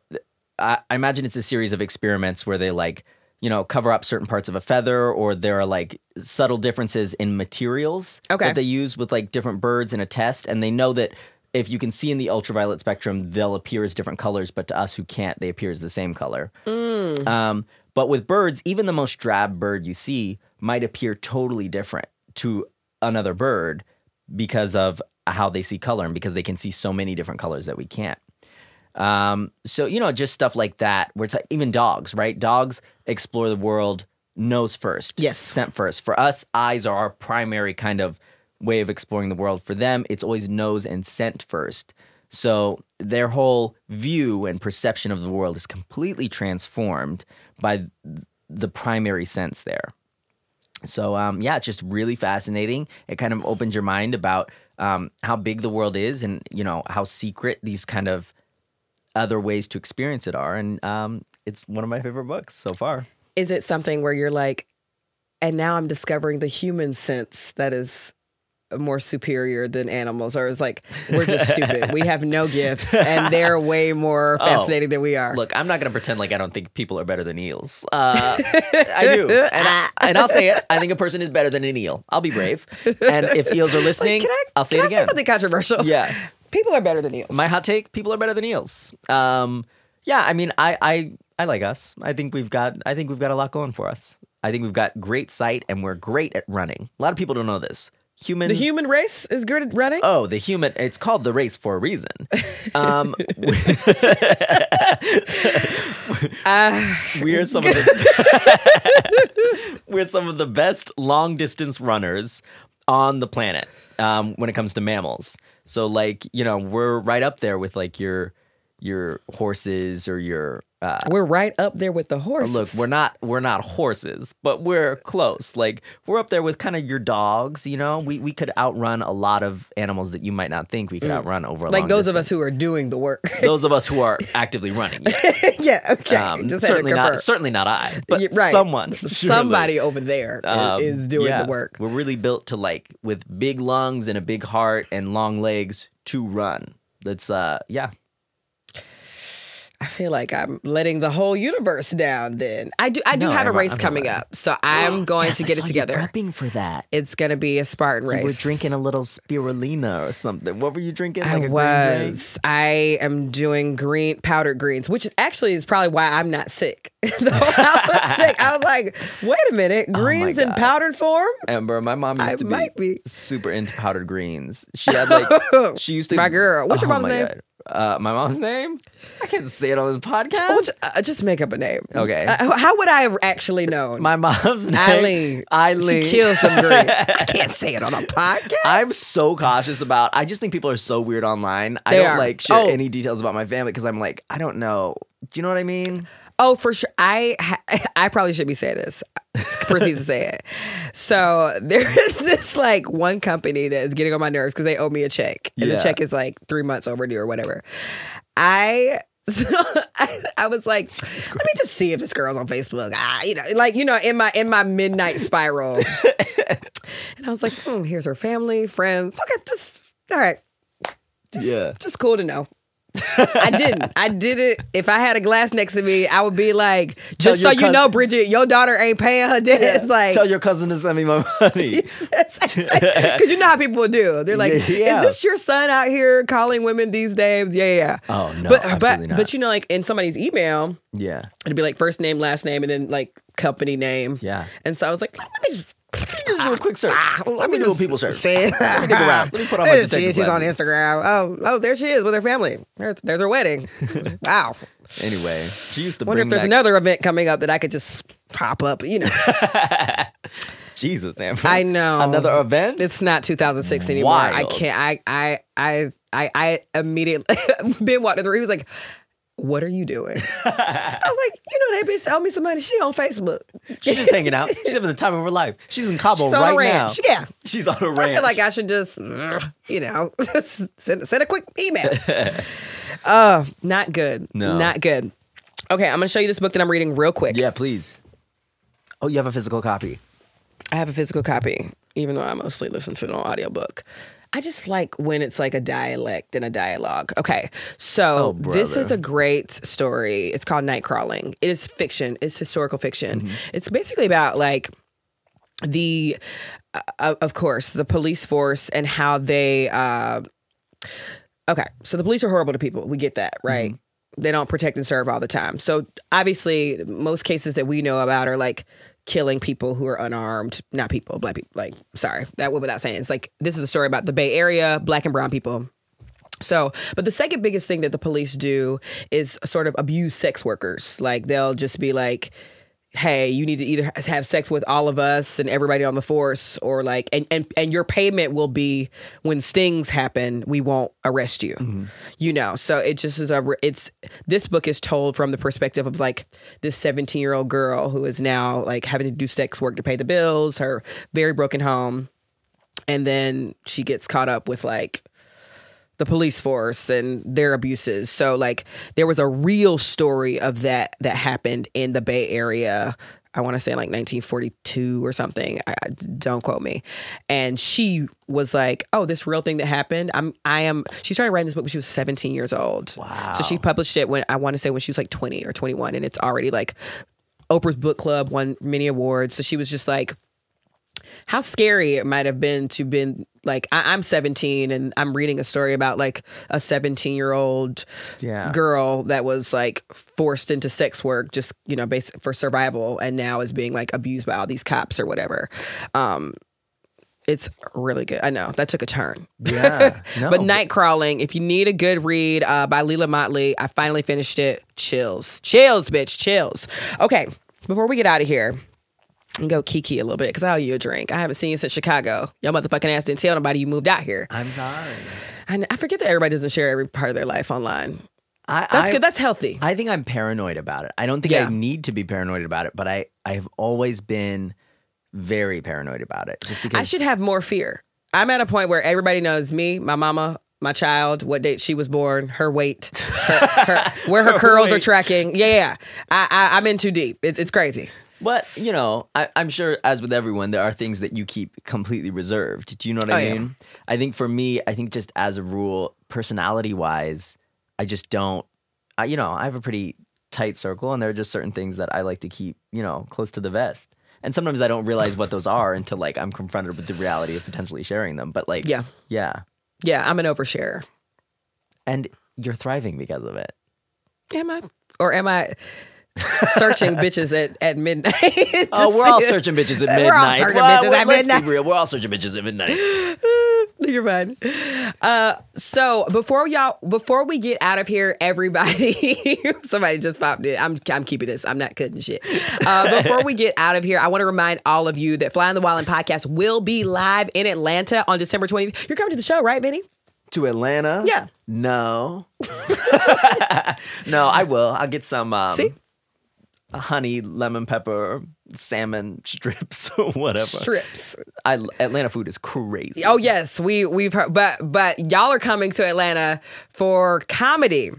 I, I imagine it's a series of experiments where they like, you know, cover up certain parts of a feather, or there are like subtle differences in materials
Okay.
that they use with like different birds in a test, and they know that if you can see in the ultraviolet spectrum, they'll appear as different colors, but to us who can't, they appear as the same color. Um, but with birds, even the most drab bird you see might appear totally different to another bird because of how they see color and because they can see so many different colors that we can't. Um, so you know, just stuff like that. Where it's like, even dogs, right? Dogs explore the world nose first,
Yes.
scent first. For us, eyes are our primary kind of way of exploring the world. For them, it's always nose and scent first. So their whole view and perception of the world is completely transformed by th- the primary sense there. So um, yeah, it's just really fascinating. It kind of opens your mind about um, how big the world is, and you know how secret these kind of other ways to experience it are. And um, it's one of my favorite books so far.
Is it something where you're like, and now I'm discovering the human sense that is more superior than animals, or is like we're just stupid. We have no gifts, and
(laughs)
they're way more fascinating than we are.
Oh, Look, I'm not going to pretend like I don't think people are better than eels. (laughs) Uh, I do, and, I, and I'll say it. I think a person is better than an eel. I'll be brave. And if eels are listening,
can I?
will say
can
it
I
again.
say something controversial?
Yeah.
people are better than eels.
My hot take: people are better than eels. Um, yeah, I mean, I, I, I like us. I think we've got, I think we've got a lot going for us. I think we've got great sight, and we're great at running. A lot of people don't know this. Humans,
the human race is good at running.
Oh, the human. It's called the race for a reason. Um, we- we're some of the (laughs) we're some of the best long distance runners on the planet um, when it comes to mammals. So, like you know, we're right up there with like your your horses or your uh,
We're right up there with the horse.
Oh, Look, we're not we're not horses, but we're close. Like we're up there with kind of your dogs. You know, we we could outrun a lot of animals that you might not think we could outrun over. A
Mm. like
long
those of us
distance.
who are doing the work. (laughs)
those of us who are actively running. Yeah.
yeah. Okay.
Um,
Just had to
certainly not
confirm.
certainly not I, but
Yeah, right. (laughs)
someone, surely.
Somebody over there is
Um,
is doing
yeah,
the work.
We're really built to like with big lungs and a big heart and long legs to run. That's uh yeah.
I feel like I'm letting the whole universe down. Then I do. I do
No,
have a
I'm-
race
I'm
coming
aware.
up, so
(gasps)
I'm going
Yes,
to
I
get
saw
it
you
together.
prepping for that.
It's going to be a Spartan race.
You were drinking a little spirulina or something. What were you drinking? Like a
I
green drink?
was. I am doing green powdered greens, which is- actually is probably why I'm not sick. (laughs) the whole I was sick. I was like, wait a minute, greens in
God.
powdered (laughs) form.
Amber, my mom used
I
to
might
be,
be.
super into powdered greens. She
(laughs)
had like she used to
My girl. What's your
Oh
mom's
my
name?
God. Uh, my mom's name? I can't say it on this podcast.
Oh, just, uh, just make up a name.
Okay.
Uh, how would I have (laughs) actually known?
my mom's name.
Eileen.
Eileen.
She kills them (laughs) green. I can't say it on a podcast.
(laughs) I'm so cautious about. I just think people are so weird online. I
They
don't
are.
like share
Oh.
any details about my family because I'm like, I don't know. Do you know what I mean?
Oh, for sure. I ha- (laughs) I probably should be saying this. Proceeds to say it. So there (laughs) is this like one company that is getting on my nerves because they owe me a check, and
Yeah.
the check is like three months overdue or whatever. I (laughs) So I, I was like, let me just see if this girl's on Facebook. Ah, you know, like you know, in my in my midnight spiral. and I was like, hmm, here's her family, friends. Okay, just all right. Just,
Yeah.
just cool to know. I didn't. I did it. If I had a glass next to me, I would be like,
Tell
just so
your
you know,
cousin-
Bridget, your daughter ain't paying her debt. It's (laughs) like,
Tell your cousin to send me my
(laughs)
money. (laughs)
because you know how people do. They're like,
Yeah.
"Is this your son out here calling women these names?" Yeah, yeah. yeah.
Oh, no,
but but
absolutely not.
but you know, like in somebody's email,
yeah.
it'd be like first name, last name, and then like company name.
Yeah.
And so I was like, let me just. Let me just
Do a quick search.
ah,
Let me do a people search.
see.
(laughs) Let me dig around. Let me put on my
Let's see if (laughs)
detective
she's on
glasses.
Instagram. Oh, oh, there she is with her family. There's, there's her
(laughs)
wedding. Wow.
Anyway, she used to
Wonder
bring
if there's
back
another event coming up that I could just pop up.
(laughs)
You know,
Jesus. Amber.
I know.
Another event.
It's not 2006 anymore. I
Wild.
can't. I I I I, I immediately (laughs) Ben walked in the room. He was like, "What are you
(laughs)
doing?" I was like, "You know that bitch owe me some money. She on Facebook.
She's just hanging out. She's having the time of her life. She's in Cabo
She's on
right
a (laughs)
now.
ranch. Yeah,
She's on a ranch.
I feel like I should just, you know, (laughs) send send a quick
(laughs)
email. uh, not good.
No.
not good. Okay, I'm gonna show you this book that I'm reading real quick.
yeah, please. Oh, you have a physical copy.
I have a physical copy, even though I mostly listen to it on audiobook. I just like when it's like a dialect and a dialogue. Okay. So this is a great story. It's called Night Crawling. It is fiction, it's historical fiction. It's basically about like the, uh, of course, the police force and how they, uh, okay. So the police are horrible to people. We get that, right? They don't protect and serve all the time. So obviously, most cases that we know about are like killing people who are unarmed, not people, black people. Like, sorry, that went without saying. It's like this is a story about the Bay Area, black and brown people. So, but the second biggest thing that the police do is sort of abuse sex workers. Like they'll just be like, "Hey, you need to either have sex with all of us and everybody on the force, or like, and and and your payment will be when stings happen, we won't arrest you." You know, so it just is a. It's this book is told from the perspective of like this seventeen year old girl who is now like having to do sex work to pay the bills, her very broken home, and then she gets caught up with like the police force and their abuses. So like there was a real story of that that happened in the Bay Area. I want to say like 1942 or something. I, I- don't quote me. And she was like, "Oh, this real thing that happened. I'm I am." She started writing this book when she was 17 years old. Wow. So she published it when I want to say when she was like 20 or 21, and it's already like Oprah's book club won many awards. So she was just like how scary it might have been to been like I, I'm 17 and I'm reading a story about like a 17 year old
Yeah.
girl that was like forced into sex work just you know based for survival and now is being like abused by all these cops or whatever. Um, it's really good. I know that took a turn.
Yeah. (laughs) No.
But Night Crawling, if you need a good read uh, by Leela Motley, I finally finished it. Chills. Chills, bitch. Chills. Okay, before we get out of here and go kiki a little bit, because I owe you a drink. I haven't seen you since Chicago. Your motherfucking ass didn't tell nobody you moved out here.
I'm sorry.
And I forget that everybody doesn't share every part of their life online.
I,
That's
I-
good. That's healthy.
I think I'm paranoid about it. I don't think
Yeah.
I need to be paranoid about it, but I I've always been very paranoid about it. Just because
I should have more fear. I'm at a point where everybody knows me, my mama, my child, what date she was born, her weight, her, her, where
(laughs)
her, curls are
weight.
tracking. Yeah, yeah. I, I, I'm in too deep. It's, it's crazy.
But you know, I, I'm sure, as with everyone, there are things that you keep completely reserved. Do you know what
Oh,
I
yeah.
mean? I think for me, I think just as a rule, personality wise, I just don't. I, you know, I have a pretty tight circle, and there are just certain things that I like to keep, you know, close to the vest. And sometimes I don't realize what those are until like I'm confronted with the reality of potentially sharing them. But like,
Yeah.
yeah,
Yeah, I'm an oversharer.
and you're thriving because of it.
Am I? Or am I searching bitches at, at midnight? (laughs)
Oh,
Just
we're
(laughs)
all
see-
searching bitches at midnight.
We're all searching
Well,
bitches at
let's be
midnight.
real. We're all searching bitches at midnight.
You're fine. Uh, so before y'all, before we get out of here, everybody, (laughs) somebody just popped in. I'm, I'm keeping this. I'm not cutting shit. Uh, before we get out of here, I want to remind all of you that Fly on the Wild and podcast will be live in Atlanta on December 20th. You're coming to the show, right, Vinny?
to Atlanta?
Yeah.
No. (laughs) no, I will. I'll get some um,
See?
honey, lemon pepper, salmon strips (laughs) or whatever.
Strips.
I, Atlanta food is crazy.
Oh yes, we we've heard, but but y'all are coming to Atlanta for comedy.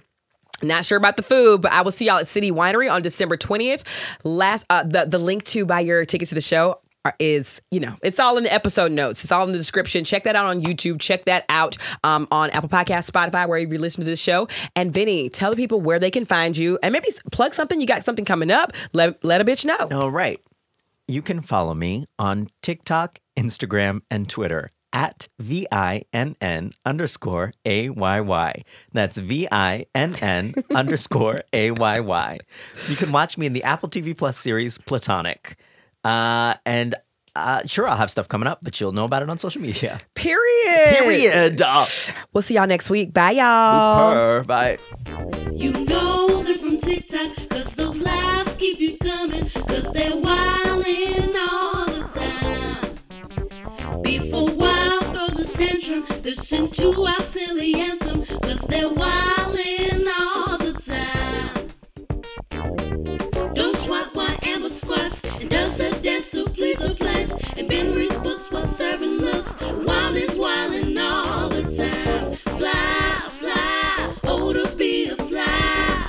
Not sure about the food, but I will see y'all at City Winery on December 20th. Last uh, the the link to buy your tickets to the show are- is you know it's all in the episode notes it's all in the description check that out on youtube check that out um, on apple Podcasts, spotify wherever you listen to this show and vinny tell the people where they can find you and maybe s- plug something you got something coming up let, let a bitch know
All right. You can follow me on TikTok, Instagram, and Twitter at V I N N underscore A Y Y. That's V I N N underscore A Y Y. You can watch me in the Apple TV Plus series Platonic. Uh, and uh, sure, I'll have stuff coming up, but you'll know about it on social media. uh,
period Um,
Period.
we'll see y'all next week bye y'all
Purr. Bye.
You know they're from TikTok, cause those laughs keep you coming, cause they're wildin' all the time. Before wild throws a tantrum, listen to our silly anthem, cause they're wildin' all the time. Don't swap while Amber squats, and does her dance to please her plans, and Ben reads books while serving looks, wild is wildin' all the time. Fly, fly, oh to be a fly.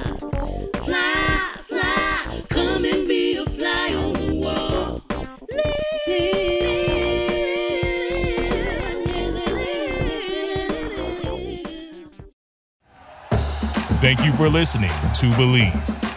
Fly, fly, come and be a fly on the wall.
Thank you for listening to Believe.